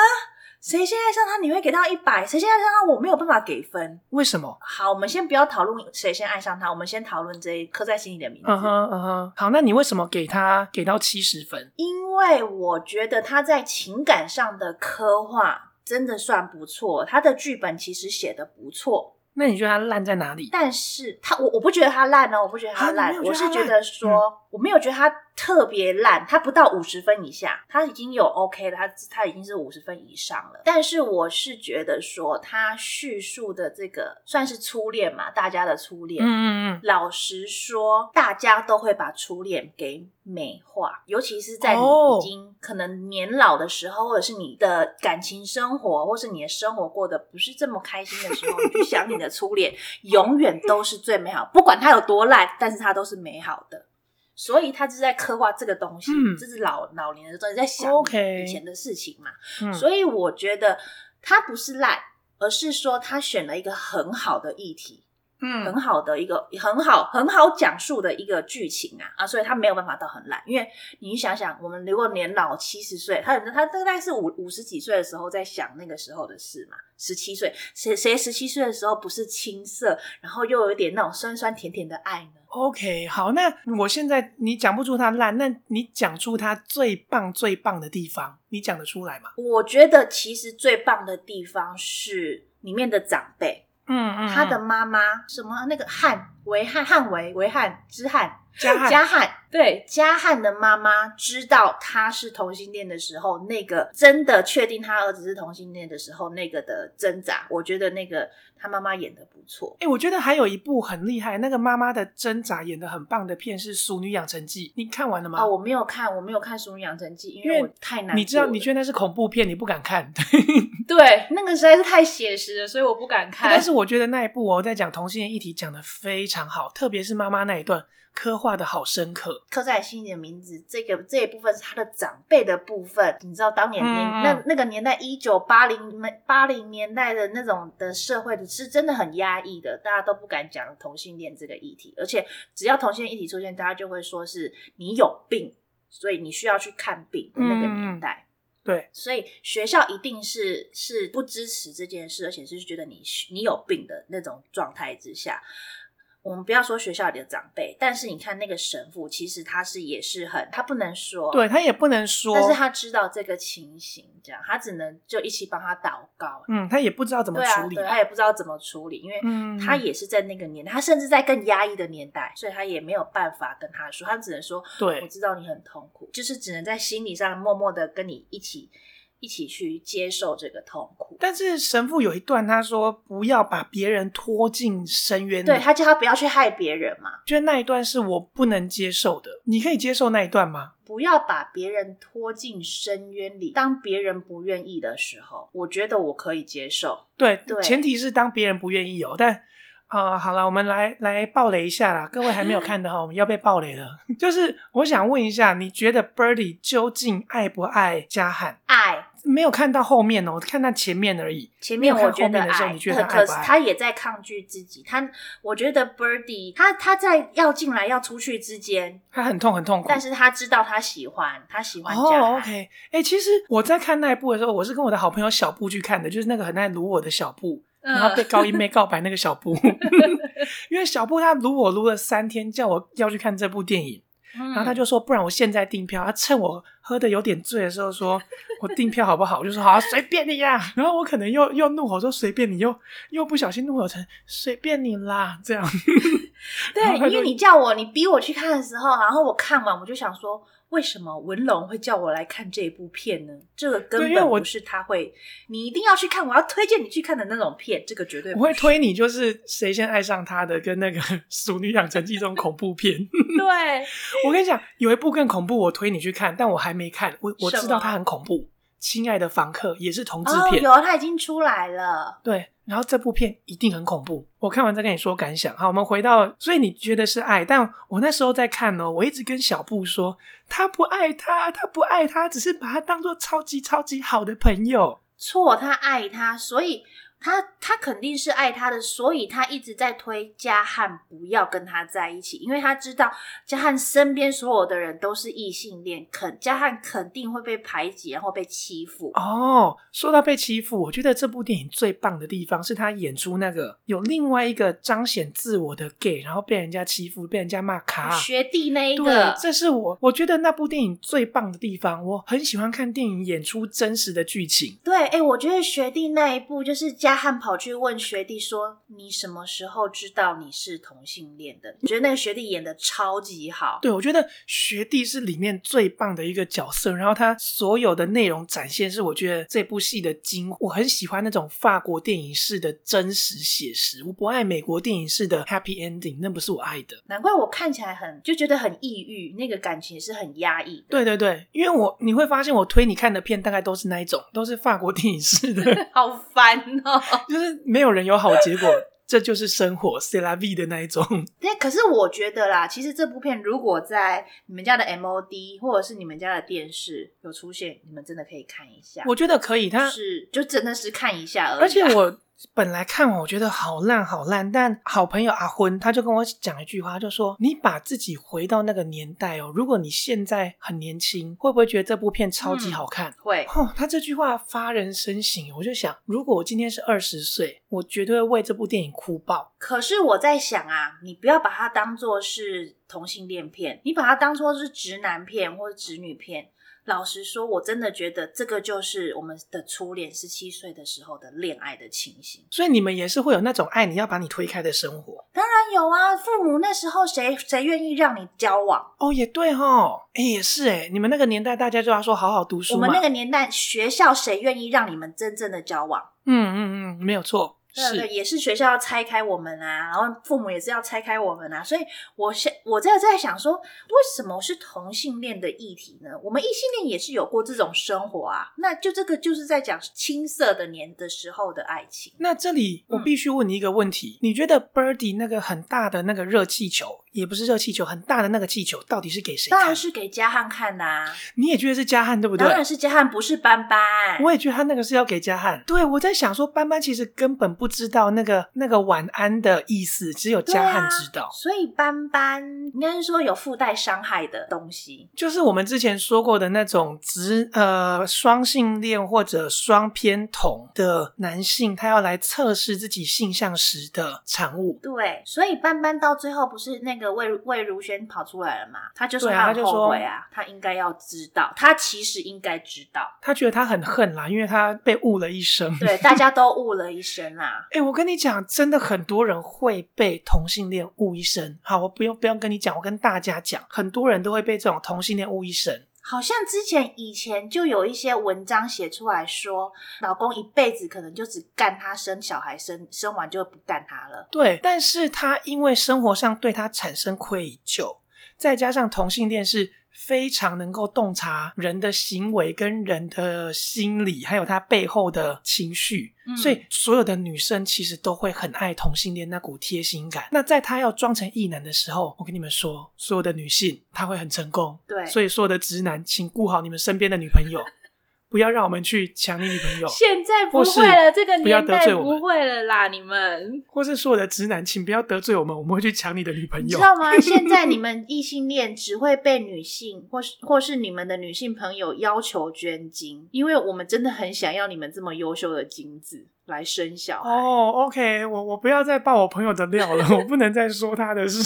[SPEAKER 4] 谁先爱上他你会给到一百，谁先爱上他我没有办法给分。
[SPEAKER 1] 为什么？
[SPEAKER 4] 好，我们先不要讨论谁先爱上他，我们先讨论这一刻在心里的名字。
[SPEAKER 1] 嗯哼嗯哼，好，那你为什么给他给到七十分？
[SPEAKER 4] 因为我觉得他在情感上的刻画真的算不错，他的剧本其实写的不错，
[SPEAKER 1] 那你觉得他烂在哪里？
[SPEAKER 4] 但是他我我不觉得他烂哦，我不觉得他
[SPEAKER 1] 啊
[SPEAKER 4] 烂，
[SPEAKER 1] 你没有
[SPEAKER 4] 我
[SPEAKER 1] 觉得
[SPEAKER 4] 是
[SPEAKER 1] 他
[SPEAKER 4] 觉
[SPEAKER 1] 烂嗯
[SPEAKER 4] 得说、我没有觉得他特别烂，他不到五十分以下，他已经有 OK 了，他他已经是五十分以上了。但是我是觉得说他叙述的这个算是初恋嘛，大家的初恋，
[SPEAKER 1] 嗯嗯嗯，
[SPEAKER 4] 老实说，大家都会把初恋给美化，尤其是在你
[SPEAKER 1] 哦
[SPEAKER 4] 已经可能年老的时候，或者是你的感情生活，或是你的生活过得不是这么开心的时候，你去想你的初恋，永远都是最美好，不管它有多烂，但是它都是美好的。所以他就是在刻画这个东西，
[SPEAKER 1] 嗯
[SPEAKER 4] 这是老老年的时候你在想
[SPEAKER 1] OK
[SPEAKER 4] 以前的事情嘛。
[SPEAKER 1] 嗯
[SPEAKER 4] 所以我觉得他不是烂，而是说他选了一个很好的议题。很
[SPEAKER 1] 嗯
[SPEAKER 4] 好的一个很好很好讲述的一个剧情啊啊，所以他没有办法到很烂，因为你想想，我们如果年老七十岁，他他大概是五五十几岁的时候在想那个时候的事嘛，十七岁谁谁十七岁的时候不是青涩，然后又有点那种酸酸甜甜的爱呢？
[SPEAKER 1] ，OK，好，那我现在你讲不出他烂，那你讲出他最棒最棒的地方，你讲得出来吗？
[SPEAKER 4] 我觉得其实最棒的地方是里面的长辈，
[SPEAKER 1] 嗯嗯
[SPEAKER 4] 他的妈妈什么那个汉维汉汉维维汉之汉
[SPEAKER 1] 加汉
[SPEAKER 4] 加汉啊对加汉的妈妈知道他是同性恋的时候，那个真的确定他儿子是同性恋的时候，那个的挣扎，我觉得那个他妈妈演的不错。
[SPEAKER 1] 哎、我觉得还有一部很厉害，那个妈妈的挣扎演的很棒的片是《熟女养成记》，你看完了吗？
[SPEAKER 4] 啊、我没有看，我没有看《熟女养成记》，因
[SPEAKER 1] 因为
[SPEAKER 4] 为我太难。
[SPEAKER 1] 你知道，你觉得那是恐怖片，你不敢看。
[SPEAKER 4] 对那个实在是太写实了，所以我不敢
[SPEAKER 1] *laughs*
[SPEAKER 4] 看。
[SPEAKER 1] 哎但是我觉得那一部哦，在讲同性恋议题讲的非常好，特别是妈妈那一段刻画的好深刻。
[SPEAKER 4] 刻在心里的名字，这个这一部分是他的长辈的部分。你知道当年年、
[SPEAKER 1] 嗯嗯
[SPEAKER 4] 那那个年代，一九八零八零年代的那种的社会是真的很压抑的，大家都不敢讲同性恋这个议题，而且只要同性恋议题出现，大家就会说是你有病，所以你需要去看病的那个年代。
[SPEAKER 1] 嗯对，
[SPEAKER 4] 所以学校一定是是不支持这件事，而且是觉得你你有病的那种状态之下。我们不要说学校里的长辈，但是你看那个神父，其实他是也是很，他不能说，
[SPEAKER 1] 对，他也不能说，
[SPEAKER 4] 但是他知道这个情形，这样他只能就一起帮他祷告，
[SPEAKER 1] 嗯，他也不知道怎么
[SPEAKER 4] 对啊
[SPEAKER 1] 处，理。
[SPEAKER 4] 对，他也不知道怎么处理，因为
[SPEAKER 1] 嗯，
[SPEAKER 4] 他也是在那个年代，他甚至在更压抑的年代，所以他也没有办法跟他说，他只能说我
[SPEAKER 1] 对，
[SPEAKER 4] 知道你很痛苦，就是只能在心理上默默的跟你一起一起去接受这个痛苦。
[SPEAKER 1] 但是神父有一段他说不要把别人拖进深渊里，
[SPEAKER 4] 对他叫他不要去害别人嘛，
[SPEAKER 1] 觉得那一段是我不能接受的。你可以接受那一段吗？
[SPEAKER 4] 不要把别人拖进深渊里。当别人不愿意的时候，我觉得我可以接受。
[SPEAKER 1] 对，
[SPEAKER 4] 对
[SPEAKER 1] 前提是当别人不愿意哦。但啊、呃好了，我们来来暴雷一下啦，各位还没有看的哈，我们要被暴雷了。 *laughs* 就是我想问一下，你觉得 Birdy 究竟爱不爱加汉？
[SPEAKER 4] 爱
[SPEAKER 1] 没有看到后面哦，看到前面而已。
[SPEAKER 4] 前
[SPEAKER 1] 面
[SPEAKER 4] 面
[SPEAKER 1] 看
[SPEAKER 4] 我觉得
[SPEAKER 1] 后面的时候
[SPEAKER 4] 爱，
[SPEAKER 1] 你觉得他
[SPEAKER 4] 可
[SPEAKER 1] 爱
[SPEAKER 4] 是
[SPEAKER 1] 不爱
[SPEAKER 4] 他也在抗拒自己。他我觉得 Birdy 他他在要进来要出去之间，
[SPEAKER 1] 他很痛，很痛苦。
[SPEAKER 4] 但是他知道他喜欢，他喜欢家。
[SPEAKER 1] 哦、o k 哎、其实我在看那一部的时候，我是跟我的好朋友小布去看的，就是那个很爱撸我的小布，
[SPEAKER 4] 嗯
[SPEAKER 1] 然后被高一妹告白那个
[SPEAKER 4] *laughs*
[SPEAKER 1] 小布。因为小布他撸我撸了三天，叫我要去看这部电影。
[SPEAKER 4] 然
[SPEAKER 1] 然后他就说，不然我现在订票。他趁我喝的有点醉的时候说， *laughs* 我订票好不好？我就说好、啊，随便你呀、然后我可能又又怒吼说随便你，又又不小心怒吼成随便你啦，这样。然后他
[SPEAKER 4] 对，
[SPEAKER 1] 就
[SPEAKER 4] 因为你叫我，你逼我去看的时候，然后我看完我就想说，为什么文龙会叫我来看这部片呢？这个
[SPEAKER 1] 对
[SPEAKER 4] 根
[SPEAKER 1] 因为
[SPEAKER 4] 本
[SPEAKER 1] 我
[SPEAKER 4] 不是他会，你一定要去看，我要推荐你去看的那种片，这个绝对
[SPEAKER 1] 我
[SPEAKER 4] 不
[SPEAKER 1] 会
[SPEAKER 4] 是。
[SPEAKER 1] 推你，就是谁先爱上他的，跟那个 *laughs* 《熟女养成记》这种恐怖片。 *laughs*
[SPEAKER 4] 对，
[SPEAKER 1] 我跟你讲，有一部更恐怖，我推你去看，但我还没看，我我知
[SPEAKER 4] 什
[SPEAKER 1] 道
[SPEAKER 4] 么
[SPEAKER 1] 它很恐怖。亲爱的房客也是同志
[SPEAKER 4] 哦，
[SPEAKER 1] 片，
[SPEAKER 4] 有他已经出来了，
[SPEAKER 1] 对，然后这部片一定很恐怖。我看完再跟你说感想。好，我们回到，所以你觉得是爱，但我那时候在看哦，我一直跟小布说，他不爱他，他不爱他，只是把他当做超级超级好的朋友。
[SPEAKER 4] 错，他爱他，所以他他肯定是爱他的，所以他一直在推嘉汉不要跟他在一起，因为他知道嘉汉身边所有的人都是异性恋，肯嘉汉肯定会被排挤，然后被欺负。
[SPEAKER 1] 哦，说到被欺负，我觉得这部电影最棒的地方是他演出那个有另外一个彰显自我的 gay，然后被人家欺负，被人家骂卡。
[SPEAKER 4] 学弟那一
[SPEAKER 1] 啊对
[SPEAKER 4] 个，，
[SPEAKER 1] 这是我我觉得那部电影最棒的地方。我很喜欢看电影演出真实的剧情。
[SPEAKER 4] 对，哎、我觉得学弟那一部就是嘉汉跑去问学弟说：“你什么时候知道你是同性恋的？”你觉得那个学弟演的超级好，
[SPEAKER 1] 对，我觉得学弟是里面最棒的一个角色，然后他所有的内容展现是我觉得这部戏的精，我很喜欢那种法国电影式的真实写实，我不爱美国电影式的 happy ending，那不是我爱的。
[SPEAKER 4] 难怪我看起来很就觉得很抑郁，那个感情是很压抑的，
[SPEAKER 1] 对对对，因为我你会发现我推你看的片大概都是那一种，都是法国电影式的，
[SPEAKER 4] *laughs* 好烦哦。
[SPEAKER 1] 就是没有人有好结果，这就是生活 c e l a v 的那一种。
[SPEAKER 4] *laughs* 对，可是我觉得啦，其实这部片如果在你们家的 MOD 或者是你们家的电视有出现，你们真的可以看一下。
[SPEAKER 1] 我觉得可以，他
[SPEAKER 4] 是就真的是看一下而已啊、
[SPEAKER 1] 而且我本来看完我觉得好烂好烂，但好朋友阿昏他就跟我讲一句话，他就说你把自己回到那个年代哦，如果你现在很年轻，会不会觉得这部片超
[SPEAKER 4] 嗯
[SPEAKER 1] 级好看？
[SPEAKER 4] 会
[SPEAKER 1] 哦，他这句话发人深省，我就想，如果我今天是二十岁，我绝对会为这部电影哭爆。
[SPEAKER 4] 可是我在想啊，你不要把它当做是同性恋片，你把它当做是直男片或者直女片。老实说，我真的觉得这个就是我们的初恋，十七岁的时候的恋爱的情形。
[SPEAKER 1] 所以你们也是会有那种爱你要把你推开的生活
[SPEAKER 4] 当然有啊，父母那时候谁谁愿意让你交往？
[SPEAKER 1] 哦，也对哦，哎也是哎，你们那个年代大家就要说好好读书
[SPEAKER 4] 我
[SPEAKER 1] 嘛，
[SPEAKER 4] 们那个年代，学校谁愿意让你们真正的交往？
[SPEAKER 1] 嗯嗯嗯，没有错，
[SPEAKER 4] 对啊对，
[SPEAKER 1] 是
[SPEAKER 4] 也是学校要拆开我们啊，然后父母也是要拆开我们啊，所以我现我在在想说，为什么是同性恋的议题呢？我们异性恋也是有过这种生活啊，那就这个就是在讲青涩的年的时候的爱情。
[SPEAKER 1] 那这里我
[SPEAKER 4] 嗯
[SPEAKER 1] 必须问你一个问题：你觉得 Birdy 那个很大的那个热气球，也不是热气球，很大的那个气球，到底是给谁
[SPEAKER 4] 当然
[SPEAKER 1] 看？
[SPEAKER 4] 是给嘉汉看的啊，
[SPEAKER 1] 你也觉得是嘉汉对不对
[SPEAKER 4] 当？然是嘉汉，不是斑斑。
[SPEAKER 1] 我也觉得他那个是要给嘉汉。对，我在想说，班班其实根本不知道那个那个晚安的意思，只有嘉汉知道。
[SPEAKER 4] 啊所以斑斑应该是说有附带伤害的东西，
[SPEAKER 1] 就是我们之前说过的那种直呃双性恋或者双偏同的男性，他要来测试自己性向时的产物。
[SPEAKER 4] 对，所以斑斑到最后不是那个魏魏如萱跑出来了嘛？他就说
[SPEAKER 1] 对啊
[SPEAKER 4] 他
[SPEAKER 1] 他
[SPEAKER 4] 很
[SPEAKER 1] 就说。
[SPEAKER 4] 后悔啊，他应该要知道，他其实应该知道
[SPEAKER 1] 他觉得他很恨啦，因为他被误了一生。
[SPEAKER 4] 对，大家都误了一啊生啦、
[SPEAKER 1] 哎、我跟你讲，真的很多人会被同性恋误一生。好，我不用不用跟你讲，我跟大家讲，很多人都会被这种同性恋误一生。
[SPEAKER 4] 好像之前以前就有一些文章写出来说，老公一辈子可能就只干他生小孩生，生完就不干他了。
[SPEAKER 1] 对，但是他因为生活上对他产生愧疚，再加上同性恋是非常能够洞察人的行为跟人的心理，还有他背后的情绪，
[SPEAKER 4] 嗯
[SPEAKER 1] 所以所有的女生其实都会很爱同性恋那股贴心感。那在他要装成异男的时候，我跟你们说，所有的女性她会很成功。
[SPEAKER 4] 对
[SPEAKER 1] 所以所有的直男，请顾好你们身边的女朋友，不要让我们去抢你女朋友。
[SPEAKER 4] 现在不
[SPEAKER 1] 或是
[SPEAKER 4] 会了，这个
[SPEAKER 1] 不要
[SPEAKER 4] 年
[SPEAKER 1] 得
[SPEAKER 4] 代
[SPEAKER 1] 罪我们
[SPEAKER 4] 不会了啦，你们。
[SPEAKER 1] 或是所有的直男，请不要得罪我们，我们会去抢你的女朋
[SPEAKER 4] 你
[SPEAKER 1] 友
[SPEAKER 4] 知。道吗？现在你们异性恋只会被女性 *laughs* 或是或是你们的女性朋友要求捐精，因为我们真的很想要你们这么优秀的精子来生小孩。
[SPEAKER 1] 哦、o k
[SPEAKER 4] *laughs*
[SPEAKER 1] 我我不要再爆我朋友的料了，我不能再说他的事。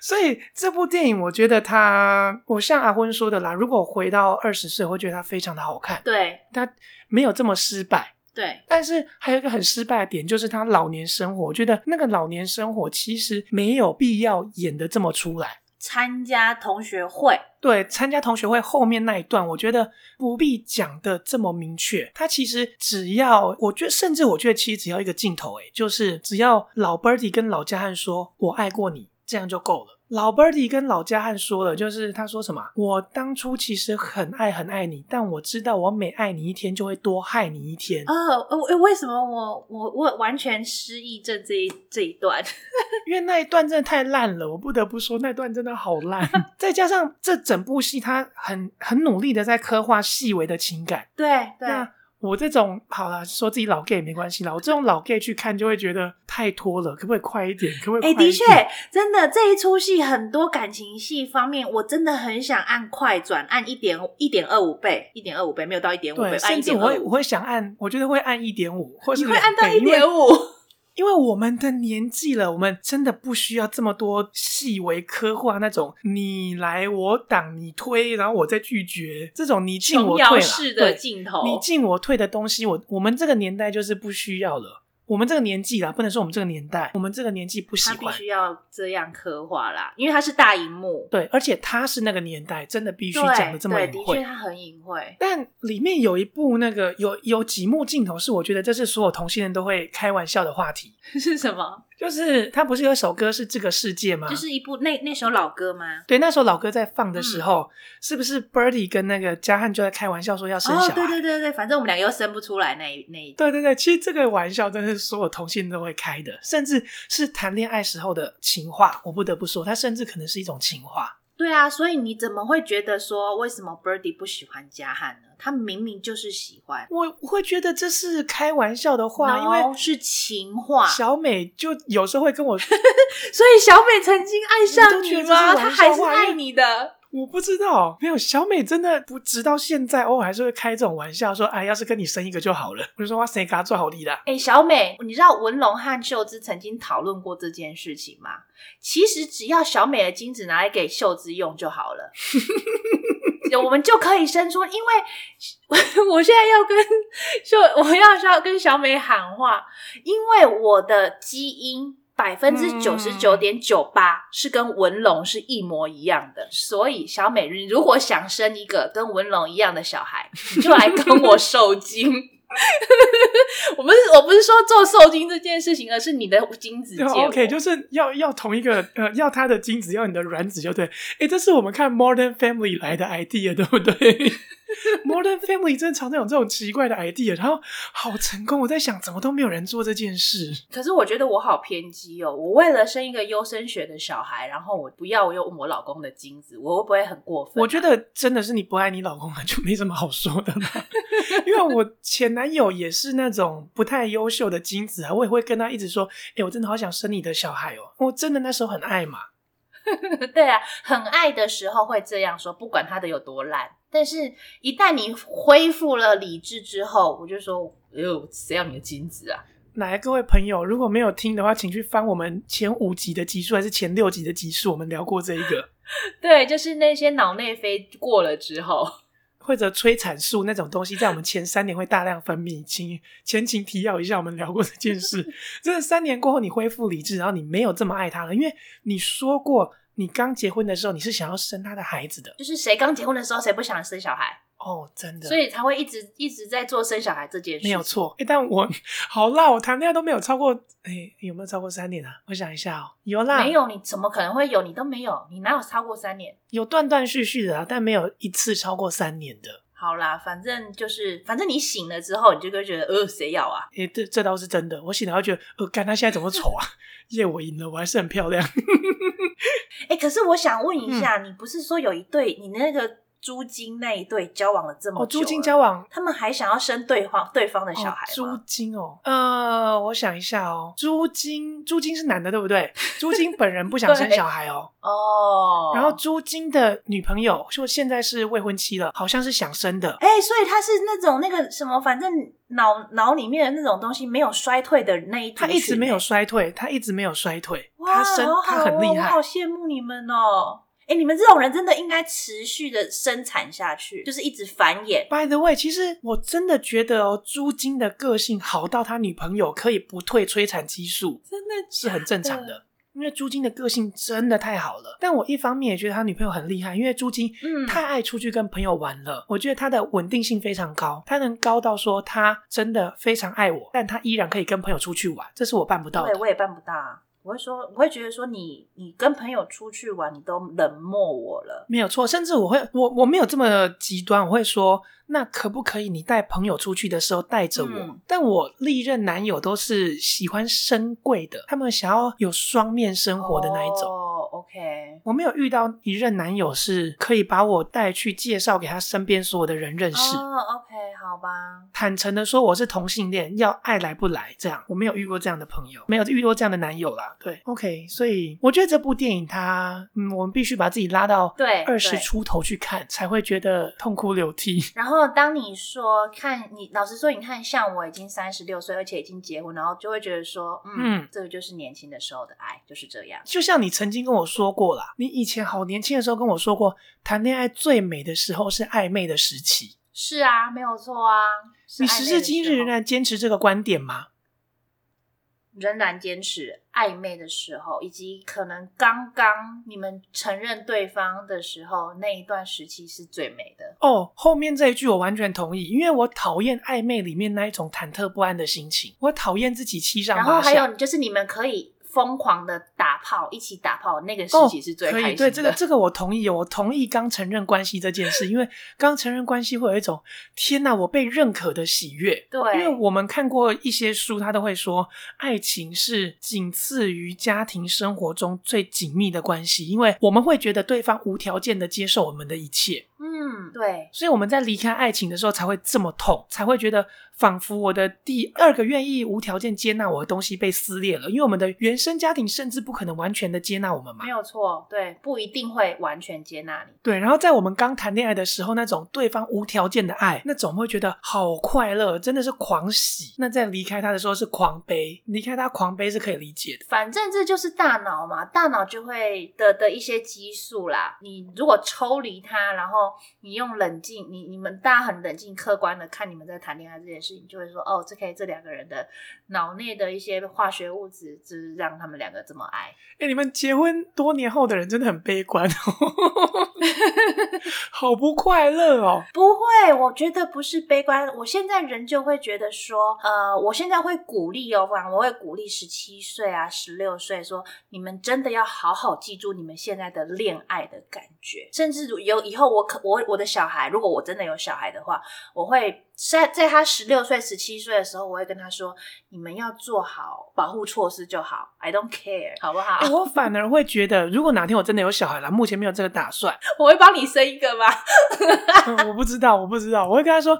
[SPEAKER 1] 所以这部电影，我觉得它，我像阿昏说的啦，如果回到二十岁，我会觉得它非常的好看，
[SPEAKER 4] 对
[SPEAKER 1] 它没有这么失败。
[SPEAKER 4] 对，
[SPEAKER 1] 但是还有一个很失败的点，就是他老年生活，我觉得那个老年生活其实没有必要演的这么出来。
[SPEAKER 4] 参加同学会，
[SPEAKER 1] 对，参加同学会后面那一段，我觉得不必讲的这么明确。他其实只要，我觉得甚至我觉得其实只要一个镜头、欸，诶，就是只要老 Birdy 跟老加汉说“我爱过你”，这样就够了。老 Birdy 跟老加汉说了，就是他说什么：“我当初其实很爱很爱你，但我知道我每爱你一天就会多害你一天。
[SPEAKER 4] 呃，呃为什么我我我完全失忆症这一这一段？ *laughs*
[SPEAKER 1] 因为那一段真的太烂了，我不得不说那段真的好烂。再加上这整部戏，他很很努力的在刻画细微的情感。
[SPEAKER 4] 对对，
[SPEAKER 1] 那我这种好了，说自己老 gay 也没关系啦，我这种老 gay 去看就会觉得太拖了，可不可以快一点？可不可
[SPEAKER 4] 哎、
[SPEAKER 1] 以快一
[SPEAKER 4] 的确
[SPEAKER 1] 点？，
[SPEAKER 4] 真的这一出戏很多感情戏方面，我真的很想按快转，按一点一点二五倍，一点二五倍没有到一点五倍，
[SPEAKER 1] 对，
[SPEAKER 4] 按
[SPEAKER 1] 甚
[SPEAKER 4] 一
[SPEAKER 1] 至
[SPEAKER 4] 点
[SPEAKER 1] 我
[SPEAKER 4] 二
[SPEAKER 1] 会我会想按，我觉得会按一点五，或是
[SPEAKER 4] 你会按到
[SPEAKER 1] 2倍
[SPEAKER 4] 一点，
[SPEAKER 1] 因为
[SPEAKER 4] 五，
[SPEAKER 1] 因为我们的年纪了，我们真的不需要这么多细微刻画那种你来我挡，你推，然后我再拒绝这种你进
[SPEAKER 4] 琼
[SPEAKER 1] 我
[SPEAKER 4] 瑶
[SPEAKER 1] 退啦
[SPEAKER 4] 式的
[SPEAKER 1] 对。
[SPEAKER 4] 镜头，
[SPEAKER 1] 你进我退的东西，我我们这个年代就是不需要了。我们这个年纪啦，不能说我们这个年代，我们这个年纪不喜
[SPEAKER 4] 他必
[SPEAKER 1] 欢。
[SPEAKER 4] 须要这样刻画啦，因为它是大荧幕，
[SPEAKER 1] 对，而且他是那个年代，真的必须
[SPEAKER 4] 对
[SPEAKER 1] 讲的这么
[SPEAKER 4] 对
[SPEAKER 1] 隐
[SPEAKER 4] 的确
[SPEAKER 1] 晦。
[SPEAKER 4] 它很隐晦， *laughs*
[SPEAKER 1] 但里面有一部那个有有几幕镜头是我觉得这是所有同性恋都会开玩笑的话题，
[SPEAKER 4] 是什么？
[SPEAKER 1] 就是他不是有一首歌是这个世界吗？
[SPEAKER 4] 就是嗯一部那那首老歌吗？
[SPEAKER 1] 对，那时候老哥在放的时候，是不是 Birdy 跟那个嘉汉就在开玩笑说要生小
[SPEAKER 4] 哦
[SPEAKER 1] 孩？，
[SPEAKER 4] 对对对对，反正我们两个又生不出来那一那一
[SPEAKER 1] 对对对，其实这个玩笑真的是所有同性恋都会开的，甚至是谈恋爱时候的情话。我不得不说，它甚至可能是一种情话。
[SPEAKER 4] 对啊，所以你怎么会觉得说为什么 Birdy 不喜欢加汉呢？他明明就是喜欢，
[SPEAKER 1] 我我会觉得这是开玩笑的话
[SPEAKER 4] No，
[SPEAKER 1] 啊因为
[SPEAKER 4] 是情话，
[SPEAKER 1] 小美就有时候会跟我， *laughs*
[SPEAKER 4] 所以小美曾经爱上
[SPEAKER 1] 你都觉
[SPEAKER 4] 你
[SPEAKER 1] 得这是玩
[SPEAKER 4] 吗？
[SPEAKER 1] 笑
[SPEAKER 4] 她还是
[SPEAKER 1] 话因为
[SPEAKER 4] 爱你的。
[SPEAKER 1] 我不知道，没有小美真的不直到现在偶尔还是会开这种玩笑，说哎，要是跟你生一个就好了。我就说哇塞，给他做好力啦。
[SPEAKER 4] 哎、小美，你知道文龙和秀芝曾经讨论过这件事情吗？其实只要小美的精子拿来给秀芝用就好了，我们就可以生出。因为我现在要跟秀，我要要跟小美喊话，因为我的基因。百分之九十九点九八是跟文龙是一模一样的，所以小美，你如果想生一个跟文龙一样的小孩， *laughs* 你就来跟我受精。 *laughs* 我们我不是说做受精这件事情，而是你的精子结
[SPEAKER 1] 对
[SPEAKER 4] 果。
[SPEAKER 1] OK，就是要要同一个呃，要他的精子，要你的卵子，就对。诶，这是我们看 Modern Family 来的 idea，对不对 *laughs* ？Modern Family 真的常常有这种奇怪的 idea，然后好成功。我在想，怎么都没有人做这件事。
[SPEAKER 4] 可是我觉得我好偏激哦！我为了生一个优生学的小孩，然后我不要我用我老公的精子，我会不会很过分啊、
[SPEAKER 1] 我觉得真的是你不爱你老公啊，就没什么好说的啦。因为我前男友也是那种不太优秀的精子啊，我也会跟他一直说，诶，我真的好想生你的小孩哦，我真的那时候很爱嘛。
[SPEAKER 4] *laughs* 对啊，很爱的时候会这样说，不管他的有多烂。但是，一旦你恢复了理智之后，我就说，哎呦，谁要你的精子啊？
[SPEAKER 1] 来，各位朋友，如果没有听的话，请去翻我们前五集的集数，还是前六集的集数，我们聊过这一个，
[SPEAKER 4] *laughs* 对，就是那些脑内啡过了之后，
[SPEAKER 1] 或者催产素那种东西，在我们前三年会大量分泌。请前情提要一下，我们聊过这件事。真的，三年过后你恢复理智，然后你没有这么爱他了，因为你说过，你刚结婚的时候你是想要生他的孩子的。
[SPEAKER 4] 就是谁刚结婚的时候，谁不想生小孩，
[SPEAKER 1] 哦，真的
[SPEAKER 4] 所。以才会一直一直在做生小孩这件事。
[SPEAKER 1] 没有，错，哎、但我好啦，我谈恋爱都没有超过，哎、有没有超过三年啊？我想一下哦、有啦，
[SPEAKER 4] 没有你怎么可能会有？你都没有，你哪有超过三年？
[SPEAKER 1] 有断断续续的啊，但没有一次超过三年的。
[SPEAKER 4] 好啦，反正就是，反正你醒了之后，你就会觉得，呃，谁要啊？
[SPEAKER 1] 诶、这这倒是真的。我醒来会觉得，呃，干他现在怎么丑啊？ *laughs* 耶，我赢了，我还是
[SPEAKER 4] *laughs*
[SPEAKER 1] 很漂亮。嗯
[SPEAKER 4] 哎、可是我想问一下，你不是说有一对你那个朱金那一对交往了这么
[SPEAKER 1] 哦，租
[SPEAKER 4] 久了，
[SPEAKER 1] 金交往
[SPEAKER 4] 他们还想要生对方对方的小孩
[SPEAKER 1] 哦，租
[SPEAKER 4] 吗？
[SPEAKER 1] 金哦，呃，我想一下哦，租金，租金是男的对不对？租金本人不想生小孩哦，
[SPEAKER 4] 哦，
[SPEAKER 1] 然后租金的女朋友说现在是未婚妻了，好像是想生的，
[SPEAKER 4] 哎、所以他是那种那个什么，反正脑脑里面的那种东西没有衰退的那一族
[SPEAKER 1] 她一直
[SPEAKER 4] 群
[SPEAKER 1] 没
[SPEAKER 4] 欸
[SPEAKER 1] 有衰退，她一直没有衰退，
[SPEAKER 4] 哇，
[SPEAKER 1] 她生
[SPEAKER 4] 好好
[SPEAKER 1] 她很
[SPEAKER 4] 哦
[SPEAKER 1] 厉
[SPEAKER 4] 我
[SPEAKER 1] 害
[SPEAKER 4] 好。羡慕你们哦！哎、你们这种人真的应该持续的生产下去，就是一直繁衍。
[SPEAKER 1] By the way，其实我真的觉得哦，朱金的个性好到他女朋友可以不退催产激素，
[SPEAKER 5] 真的
[SPEAKER 1] 是很正常的。因为朱金的个性真的太好了，但我一方面也觉得他女朋友很厉害，因为朱金
[SPEAKER 4] 嗯
[SPEAKER 1] 太爱出去跟朋友玩了。我觉得他的稳定性非常高，他能高到说他真的非常爱我，但他依然可以跟朋友出去玩，这是我办不到
[SPEAKER 4] 对，
[SPEAKER 1] 的。
[SPEAKER 4] 我也办不到啊。我会说，我会觉得说你，你跟朋友出去玩，你都冷漠我了。
[SPEAKER 1] 没有错，甚至我会我我没有这么极端，我会说那可不可以你带朋友出去的时候带着我？
[SPEAKER 4] 嗯
[SPEAKER 1] 但我历任男友都是喜欢深贵的，他们想要有双面生活的那一种。
[SPEAKER 4] 哦，OK、
[SPEAKER 1] 我没有遇到一任男友是可以把我带去介绍给他身边所有的人认
[SPEAKER 4] o k
[SPEAKER 1] 识，
[SPEAKER 4] 哦，OK，好吧。
[SPEAKER 1] 坦诚的说我是同性恋，要爱来不来这样，我没有遇过这样的朋友，没有遇过这样的男友啦。对，OK，所以我觉得这部电影它，嗯，我们必须把自己拉到
[SPEAKER 4] 对
[SPEAKER 1] 二十
[SPEAKER 4] 对
[SPEAKER 1] 出头去看，才会觉得痛哭流涕。 *laughs*
[SPEAKER 4] 然后当你说看你，老实说，你看像我已经三十六岁，而且已经结婚，然后就会觉得说，嗯，
[SPEAKER 1] 嗯
[SPEAKER 4] 这个就是年轻的时候的爱，就是这样。
[SPEAKER 1] 就像你曾经跟我说过啦，你以前好年轻的时候跟我说过，谈恋爱最美的时候是暧昧的时期。
[SPEAKER 4] 是啊，没有错啊。是
[SPEAKER 1] 你
[SPEAKER 4] 暧
[SPEAKER 1] 时
[SPEAKER 4] 昧
[SPEAKER 1] 至
[SPEAKER 4] 的
[SPEAKER 1] 今
[SPEAKER 4] 时
[SPEAKER 1] 日
[SPEAKER 4] 候
[SPEAKER 1] 仍然坚持这个观点吗？
[SPEAKER 4] 仍然坚持暧昧的时候，以及可能刚刚你们承认对方的时候，那一段时期是最美的。
[SPEAKER 1] 哦，后面这一句我完全同意，因为我讨厌暧昧里面那一种忐忑不安的心情，我讨厌自己七上
[SPEAKER 4] 然后
[SPEAKER 1] 八
[SPEAKER 4] 还
[SPEAKER 1] 下。
[SPEAKER 4] 有就是你们可以疯狂的打炮，一起打炮，那个时
[SPEAKER 1] 哦
[SPEAKER 4] 期是最
[SPEAKER 1] 可
[SPEAKER 4] 开心的。
[SPEAKER 1] 以，对这个这个我同意，我同意刚承认关系这件事，因为刚承认关系会有一种天哪，我被认可的喜悦。
[SPEAKER 4] 对
[SPEAKER 1] 因为我们看过一些书，他都会说，爱情是仅次于家庭生活中最紧密的关系，因为我们会觉得对方无条件的接受我们的一切。
[SPEAKER 4] 嗯，对，
[SPEAKER 1] 所以我们在离开爱情的时候才会这么痛，才会觉得仿佛我的第二个愿意无条件接纳我的东西被撕裂了，因为我们的原生家庭甚至不可能完全的接纳我们嘛
[SPEAKER 4] 没。有错，对，不一定会完全接纳你。
[SPEAKER 1] 对，然后在我们刚谈恋爱的时候，那种对方无条件的爱，那种会觉得好快乐，真的是狂喜。那在离开他的时候是狂悲，离开他狂悲是可以理解的。
[SPEAKER 4] 反正这就是大脑嘛，大脑就会的的一些激素啦。你如果抽离它，然后你用冷静，你你们大家很冷静、客观的看你们在谈恋爱这件事情，就会说哦，这可以这两个人的脑内的一些化学物质，就是让他们两个这么爱。
[SPEAKER 1] 哎、你们结婚多年后的人真的很悲观哦， *laughs* 好不快乐哦。
[SPEAKER 4] 不会，我觉得不是悲观。我现在仍旧会觉得说，呃，我现在会鼓励哦，反而我会鼓励十七岁啊、十六岁说，你们真的要好好记住你们现在的恋爱的感觉。甚至如有以后我可我我的小孩，如果我真的有小孩的话，我会在在他十六岁、十七岁的时候，我会跟他说，你们要做好保护措施就好，I don't care，好不好？
[SPEAKER 1] 欸我反而会觉得，如果哪天我真的有小孩了，目前没有这个打算，
[SPEAKER 4] 我会帮你生一个吗？
[SPEAKER 1] 嗯我不知道，我不知道，我会跟他说，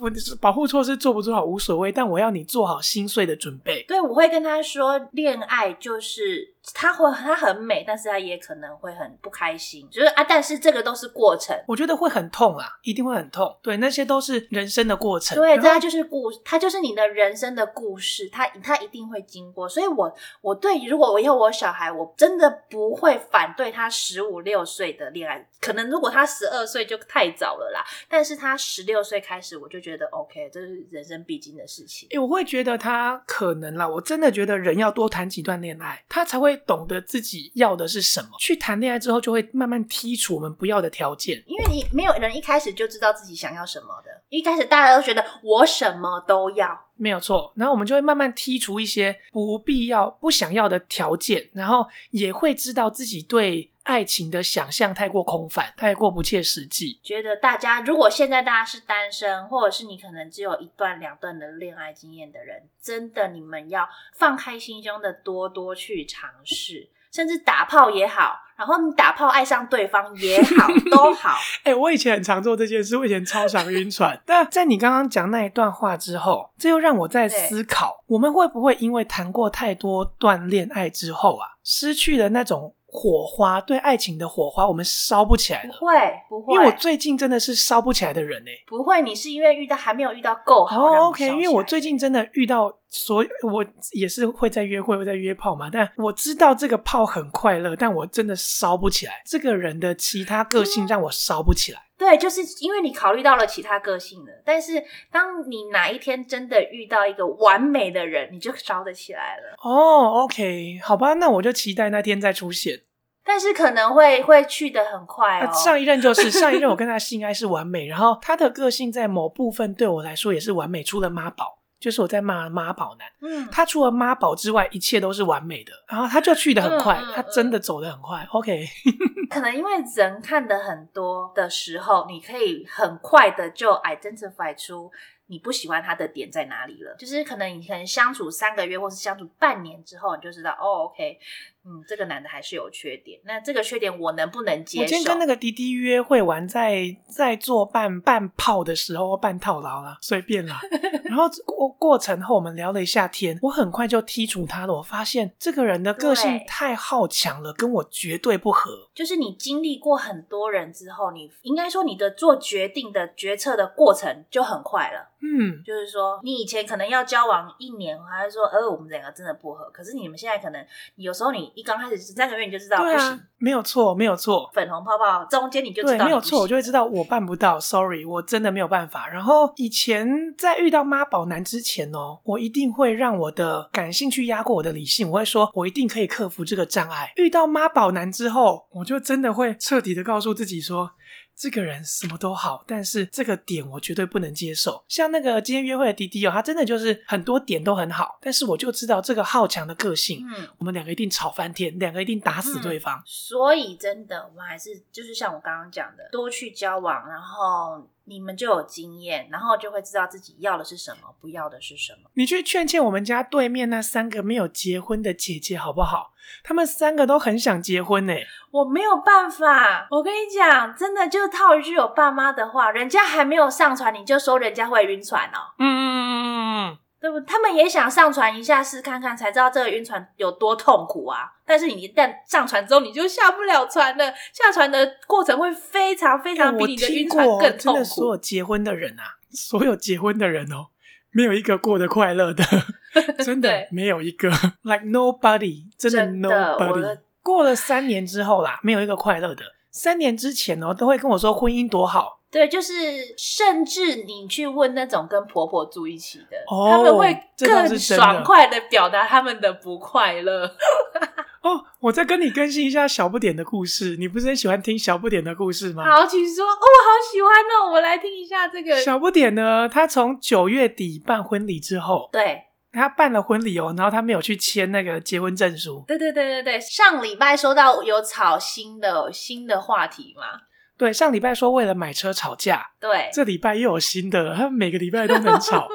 [SPEAKER 1] 我保护措施做不做好无所谓，但我要你做好心碎的准备。
[SPEAKER 4] 对，我会跟他说，恋爱就是他会他很美，但是他也可能会很不开心，就是啊，但是这个都是过程。
[SPEAKER 1] 我觉得会很痛啦，一定会很痛。对，那些都是人生的过程。
[SPEAKER 4] 对，
[SPEAKER 1] 然
[SPEAKER 4] 这
[SPEAKER 1] 后
[SPEAKER 4] 它就是故，它就是你的人生的故事，它它一定会经过。所以我我对如果我以后我有小孩，我真的不会反对他十五六岁的恋爱。可能如果他十二岁就太早了啦，但是他十六岁开始，我就觉得 OK，这是人生必经的事情。
[SPEAKER 1] 欸我会觉得他可能啦，我真的觉得人要多谈几段恋爱，他才会懂得自己要的是什么。去谈恋爱之后，就会慢慢剔除我们不要的条件。
[SPEAKER 4] 因为你没有人一开始就知道自己想要什么的，一开始大家都觉得我什么都要，
[SPEAKER 1] 没有错，然后我们就会慢慢剔除一些不必要、不想要的条件，然后也会知道自己对爱情的想象太过空泛、太过不切实际。
[SPEAKER 4] 觉得大家如果现在大家是单身，或者是你可能只有一段两段的恋爱经验的人，真的你们要放开心胸的多多去尝试，甚至打炮也好，然后你打炮爱上对方也
[SPEAKER 1] *laughs*
[SPEAKER 4] 好，都好。
[SPEAKER 1] 哎、我以前很常做这件事，我以前超常晕船。但在你刚刚讲那一段话之后，这又让我在思考，我们会不会因为谈过太多段恋爱之后啊，失去了那种火花，对爱情的火花，我们烧不起来
[SPEAKER 4] 不
[SPEAKER 1] 了。
[SPEAKER 4] 会，不会，
[SPEAKER 1] 因为我最近真的是烧不起来的人欸呢、
[SPEAKER 4] 不会，你是因为遇到还没有遇到够好。让你
[SPEAKER 1] 哦、o k
[SPEAKER 4] 烧
[SPEAKER 1] 因为
[SPEAKER 4] 起
[SPEAKER 1] 我
[SPEAKER 4] 来
[SPEAKER 1] 最近真的遇到所，我也是会在约会，会在约炮嘛，但我知道这个炮很快乐，但我真的烧不起来。这个人的其他个性让我烧不起来。
[SPEAKER 4] 对，就是因为你考虑到了其他个性了，但是当你哪一天真的遇到一个完美的人，你就烧得起来了。
[SPEAKER 1] 哦、o k 好吧，那我就期待那天再出现。
[SPEAKER 4] 但是可能会会去的很快哦
[SPEAKER 1] 啊，。上一任
[SPEAKER 4] *laughs*
[SPEAKER 1] 就是上一任，我跟他性爱是完美，然后他的个性在某部分对我来说也是完美，除了妈宝，就是我在骂妈宝男。
[SPEAKER 4] 嗯，
[SPEAKER 1] 他除了妈宝之外，一切都是完美的。然后他就去的很快，
[SPEAKER 6] 嗯嗯
[SPEAKER 1] 他真的走的很快。OK，
[SPEAKER 4] 可能因为人看的很多的时候，你可以很快的就 identify 出你不喜欢他的点在哪里了。就是可能你可能相处三个月，或是相处半年之后，你就知道哦，OK，嗯，这个男的还是有缺点。那这个缺点我能不能接
[SPEAKER 1] 我
[SPEAKER 4] 受？
[SPEAKER 1] 今天跟那个滴滴约会完在，在做半半炮的时候，半套牢啦，随便
[SPEAKER 4] *laughs*
[SPEAKER 1] 啦。然后过过程后，我们聊了一下天，我很快就剔除他了。我发现这个人的个性
[SPEAKER 4] 对
[SPEAKER 1] 太好强了，跟我绝对不合。
[SPEAKER 4] 就是你经历过很多人之后，你应该说你的做决定的决策的过程就很快了。
[SPEAKER 1] 嗯，
[SPEAKER 4] 就是说，你以前可能要交往一年，还是说，呃，我们两个真的不合。可是你们现在可能，有时候你一刚开始三个月你就知道
[SPEAKER 1] 对
[SPEAKER 4] 不
[SPEAKER 1] 啊
[SPEAKER 4] 行，，
[SPEAKER 1] 没有错，没有错。
[SPEAKER 4] 粉红泡泡中间你就知
[SPEAKER 1] 对，
[SPEAKER 4] 道
[SPEAKER 1] 没有
[SPEAKER 4] 你不
[SPEAKER 1] 错，我
[SPEAKER 4] 行
[SPEAKER 1] 就会知道我办不到，sorry，我真的没有办法。然后以前在遇到妈宝男之前哦，我一定会让我的感性去压过我的理性，我会说我一定可以克服这个障碍。遇到妈宝男之后，我就真的会彻底的告诉自己说。这个人什么都好，但是这个点我绝对不能接受。像那个今天约会的滴滴哦，他真的就是很多点都很好，但是我就知道这个好强的个性，
[SPEAKER 4] 嗯，
[SPEAKER 1] 我们两个一定吵翻天，两个一定打死
[SPEAKER 4] 嗯
[SPEAKER 1] 对方。
[SPEAKER 4] 所以真的，我们还是就是像我刚刚讲的，多去交往，然后你们就有经验，然后就会知道自己要的是什么，不要的是什么。
[SPEAKER 1] 你去劝劝我们家对面那三个没有结婚的姐姐好不好？她们三个都很想结婚呢、
[SPEAKER 4] 我没有办法，我跟你讲，真的就套一句我爸妈的话，人家还没有上船，你就说人家会晕船哦。
[SPEAKER 1] 嗯嗯嗯嗯
[SPEAKER 4] 对不？他们也想上船一下试看看，才知道这个晕船有多痛苦啊！但是你一旦上船之后，你就下不了船了。下船的过程会非常
[SPEAKER 1] 嗯。
[SPEAKER 4] 非
[SPEAKER 1] 哎
[SPEAKER 4] 常比
[SPEAKER 1] 我
[SPEAKER 4] 你的
[SPEAKER 1] 听
[SPEAKER 4] 晕船
[SPEAKER 1] 过，
[SPEAKER 4] 更
[SPEAKER 1] 真
[SPEAKER 4] 痛
[SPEAKER 1] 的所
[SPEAKER 4] *laughs* 苦。
[SPEAKER 1] 有结婚的人啊，所有结婚的人哦，没有一个过得快乐
[SPEAKER 4] *laughs*
[SPEAKER 1] 的，真的
[SPEAKER 4] 对
[SPEAKER 1] 没有一个，like nobody，真的
[SPEAKER 4] 真的我
[SPEAKER 1] nobody
[SPEAKER 4] 的。
[SPEAKER 1] 过了三年之后啦，没有一个快乐的。三年之前哦，都会跟我说婚姻多好，
[SPEAKER 4] 对，就是甚至你去问那种跟婆婆住一起的，
[SPEAKER 1] 哦
[SPEAKER 4] 他们会
[SPEAKER 1] 这倒是
[SPEAKER 4] 更
[SPEAKER 1] 真的
[SPEAKER 4] 爽快的表达他们的不快乐。
[SPEAKER 1] 哦，我再跟你更新一下小不点的故事。你不是很喜欢听小不点的故事吗？
[SPEAKER 4] 好，请说，哦，我好喜欢哦，我们来听一下这个。
[SPEAKER 1] 小不点呢，他从九月底办婚礼之后，
[SPEAKER 4] 对，
[SPEAKER 1] 他办了婚礼哦，然后他没有去签那个结婚证书。
[SPEAKER 4] 对对对对对，上礼拜收到有炒新的新的话题嘛？
[SPEAKER 1] 对，上礼拜说为了买车吵架，
[SPEAKER 4] 对，
[SPEAKER 1] 这礼拜又有新的了， *laughs* 他每个礼拜都能吵，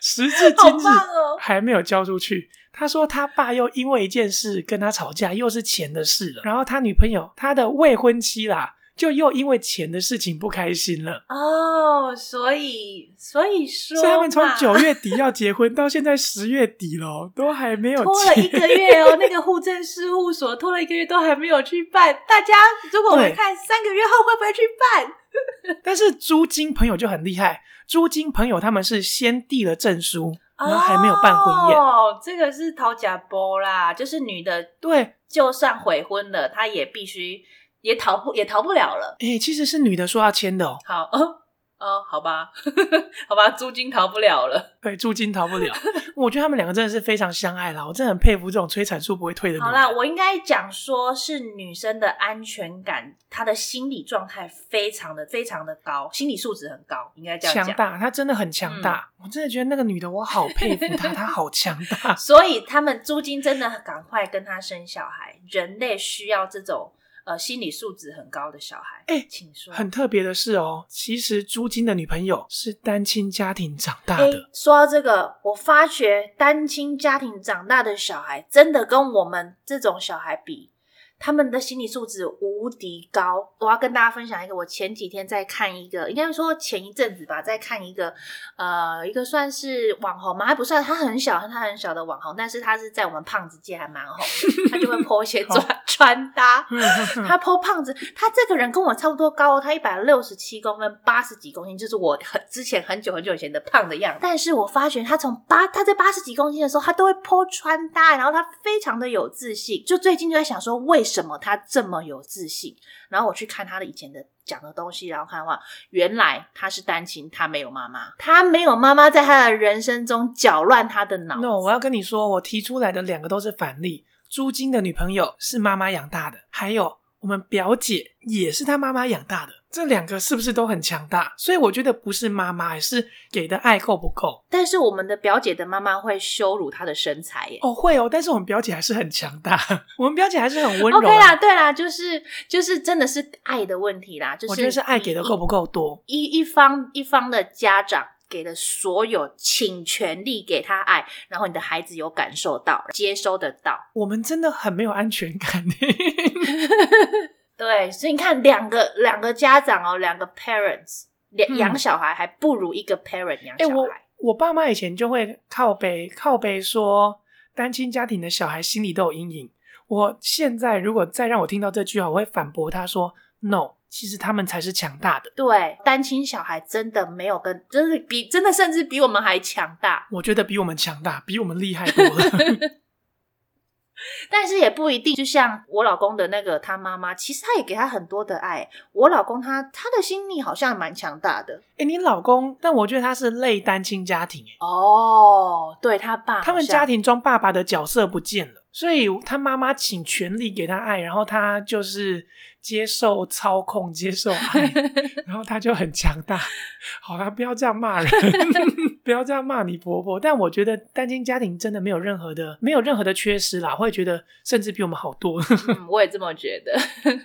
[SPEAKER 1] 时至
[SPEAKER 4] 好
[SPEAKER 1] 今日
[SPEAKER 4] 棒哦！
[SPEAKER 1] 还没有交出去。他说他爸又因为一件事跟他吵架，又是钱的事了。然后他女朋友，他的未婚妻啦，就又因为钱的事情不开心了。
[SPEAKER 4] 哦，所以所以说嘛，
[SPEAKER 1] 所以他们从九月底要结婚，到现在十月底咯，都还没有
[SPEAKER 4] 拖了
[SPEAKER 1] 结
[SPEAKER 4] 一个月哦，那个户政事务所拖了一个月都还没有去办。大家如果我们
[SPEAKER 1] 对
[SPEAKER 4] 看三个月后会不会去办？
[SPEAKER 1] 但是租金朋友就很厉害，租金朋友他们是先递了证书，然后还没有办婚宴。
[SPEAKER 4] 哦，这个是讨假包啦，就是女的
[SPEAKER 1] 对，
[SPEAKER 4] 就算悔婚了，她也必须也逃不也逃不了了。
[SPEAKER 1] 诶、其实是女的说要签的哦，
[SPEAKER 4] 好 *laughs* 哦哦，好吧， *laughs* 好吧，租金逃不了了。
[SPEAKER 1] 对，租金逃不了。我觉得他们两个真的是非常相爱啦，我真的很佩服这种催产素不会退的女人。
[SPEAKER 4] *laughs* 好啦，我应该讲说是女生的安全感，她的心理状态非常的非常的高，心理素质很高，应该这样
[SPEAKER 1] 强
[SPEAKER 4] 讲。嗯
[SPEAKER 1] 大，她真的很强大，我真的觉得那个女的我好佩服
[SPEAKER 4] *laughs*
[SPEAKER 1] 她，她好强大。
[SPEAKER 4] 所以他们租金真的赶快跟他生小孩，人类需要这种呃心理素质很高的小孩。
[SPEAKER 1] 哎
[SPEAKER 4] 请说。
[SPEAKER 1] 很特别的是哦，其实朱金的女朋友是单亲家庭长大
[SPEAKER 4] 哎
[SPEAKER 1] 的，， *laughs*
[SPEAKER 4] *laughs* 说到这个，我发觉单亲家庭长大的小孩，真的跟我们这种小孩比，他们的心理素质无敌高。我要跟大家分享一个，我前几天在看一个，应该说前一阵子吧，在看一个呃，一个算是网红嘛，还不算，他很小，他很小的网红，但是他是在我们胖子界还蛮红的，他
[SPEAKER 1] *laughs*
[SPEAKER 4] 就会 po 一些穿穿搭。
[SPEAKER 1] 嗯
[SPEAKER 4] 他 po 胖子，他这个人跟我差不多高哦，他一百六十七公分，八十几公斤，就是我很之前很久很久以前的胖的样子。但是我发觉他从八他在八十几公斤的时候，他都会 po 穿搭，然后他非常的有自信。就最近就在想说，为什么他这么有自信？然后我去看他的以前的讲的东西，然后看哇，原来他是单亲，他没有妈妈，他没有妈妈在他的人生中搅乱他的脑子。
[SPEAKER 1] No，我要跟你说，我提出来的两个都是反例。朱晶的女朋友是妈妈养大的，还有我们表姐也是她妈妈养大的，这两个是不是都很强大？所以我觉得不是妈妈，而是给的爱够不够。
[SPEAKER 4] 但是我们的表姐的妈妈会羞辱她的身材耶。
[SPEAKER 1] 哦，会哦，但是我们表姐还是很强大， *laughs* 我们表姐还是很温柔、啊。
[SPEAKER 4] OK 啦，对啦，就是就是真的是爱的问题啦，就是嗯
[SPEAKER 1] 我觉得是爱给的够不够多。
[SPEAKER 4] 一一方一方的家长给了所有，请全力给他爱，然后你的孩子有感受到、接收得到。
[SPEAKER 1] 我们真的很没有安全感。
[SPEAKER 4] 对，所以你看，两个两个家长哦，两个 parents
[SPEAKER 1] 嗯
[SPEAKER 4] 两养小孩还不如一个 parent 养
[SPEAKER 1] 哎、
[SPEAKER 4] 小
[SPEAKER 1] 我
[SPEAKER 4] 孩。
[SPEAKER 1] 我爸妈以前就会靠背靠背说，单亲家庭的小孩心里都有阴影。我现在如果再让我听到这句话，我会反驳他说：“No，其实他们才是强大的。
[SPEAKER 4] 对，单亲小孩真的没有跟，真的比真的甚至比我们还强大，
[SPEAKER 1] 我觉得比我们强大，比我们厉害多了。 *laughs*
[SPEAKER 4] 但是也不一定。就像我老公的那个他妈妈，其实他也给他很多的爱。我老公他他的心理好像蛮强大的”
[SPEAKER 1] 哎、你老公，但我觉得他是类单亲家庭、欸，
[SPEAKER 4] 哦，对他爸好像，
[SPEAKER 1] 他们家
[SPEAKER 4] *laughs*
[SPEAKER 1] 庭中爸爸的角色不见了，所以他妈妈请全力给他爱，然后他就是接受操控，接受
[SPEAKER 4] *laughs*
[SPEAKER 1] 爱，然后他就很强大。好了，不要这样骂人， *laughs* 不要这样骂你婆婆。但我觉得单亲家庭真的没有任何的没有任何的缺失啦，会觉得甚至比我们好多。 *laughs*
[SPEAKER 4] 嗯，我也这么觉得，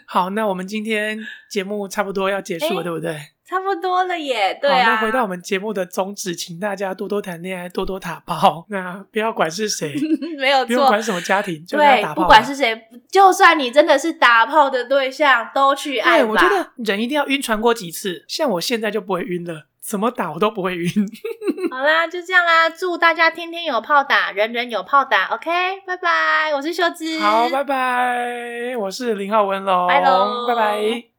[SPEAKER 1] 好，那我们今天节目差不多要结束了，
[SPEAKER 4] 哎
[SPEAKER 1] 对不对？
[SPEAKER 4] 差不多了耶。对
[SPEAKER 1] 好，
[SPEAKER 4] 啊，
[SPEAKER 1] 那回到我们节目的宗旨，请大家多多谈恋爱，多多打炮。那不要管是
[SPEAKER 4] *laughs*
[SPEAKER 1] 谁，
[SPEAKER 4] 嗯没有
[SPEAKER 1] 不用
[SPEAKER 4] 错，
[SPEAKER 1] 管什么家庭，就跟他
[SPEAKER 4] 对
[SPEAKER 1] 打，炮
[SPEAKER 4] 不
[SPEAKER 1] 吧
[SPEAKER 4] 管是谁，就算你真的是打炮的对象，都去爱
[SPEAKER 1] 对，
[SPEAKER 4] 吧。
[SPEAKER 1] 我觉得人一定要晕船过几次，像我现在就不会晕了，怎么打我都不会晕。
[SPEAKER 4] *laughs* 嗯好啦，就这样啦，祝大家天天有炮打，人人有炮打。OK，拜拜，我是秀芝，
[SPEAKER 1] 好，拜拜，我是林浩文龙，
[SPEAKER 4] 拜喽
[SPEAKER 1] 拜拜。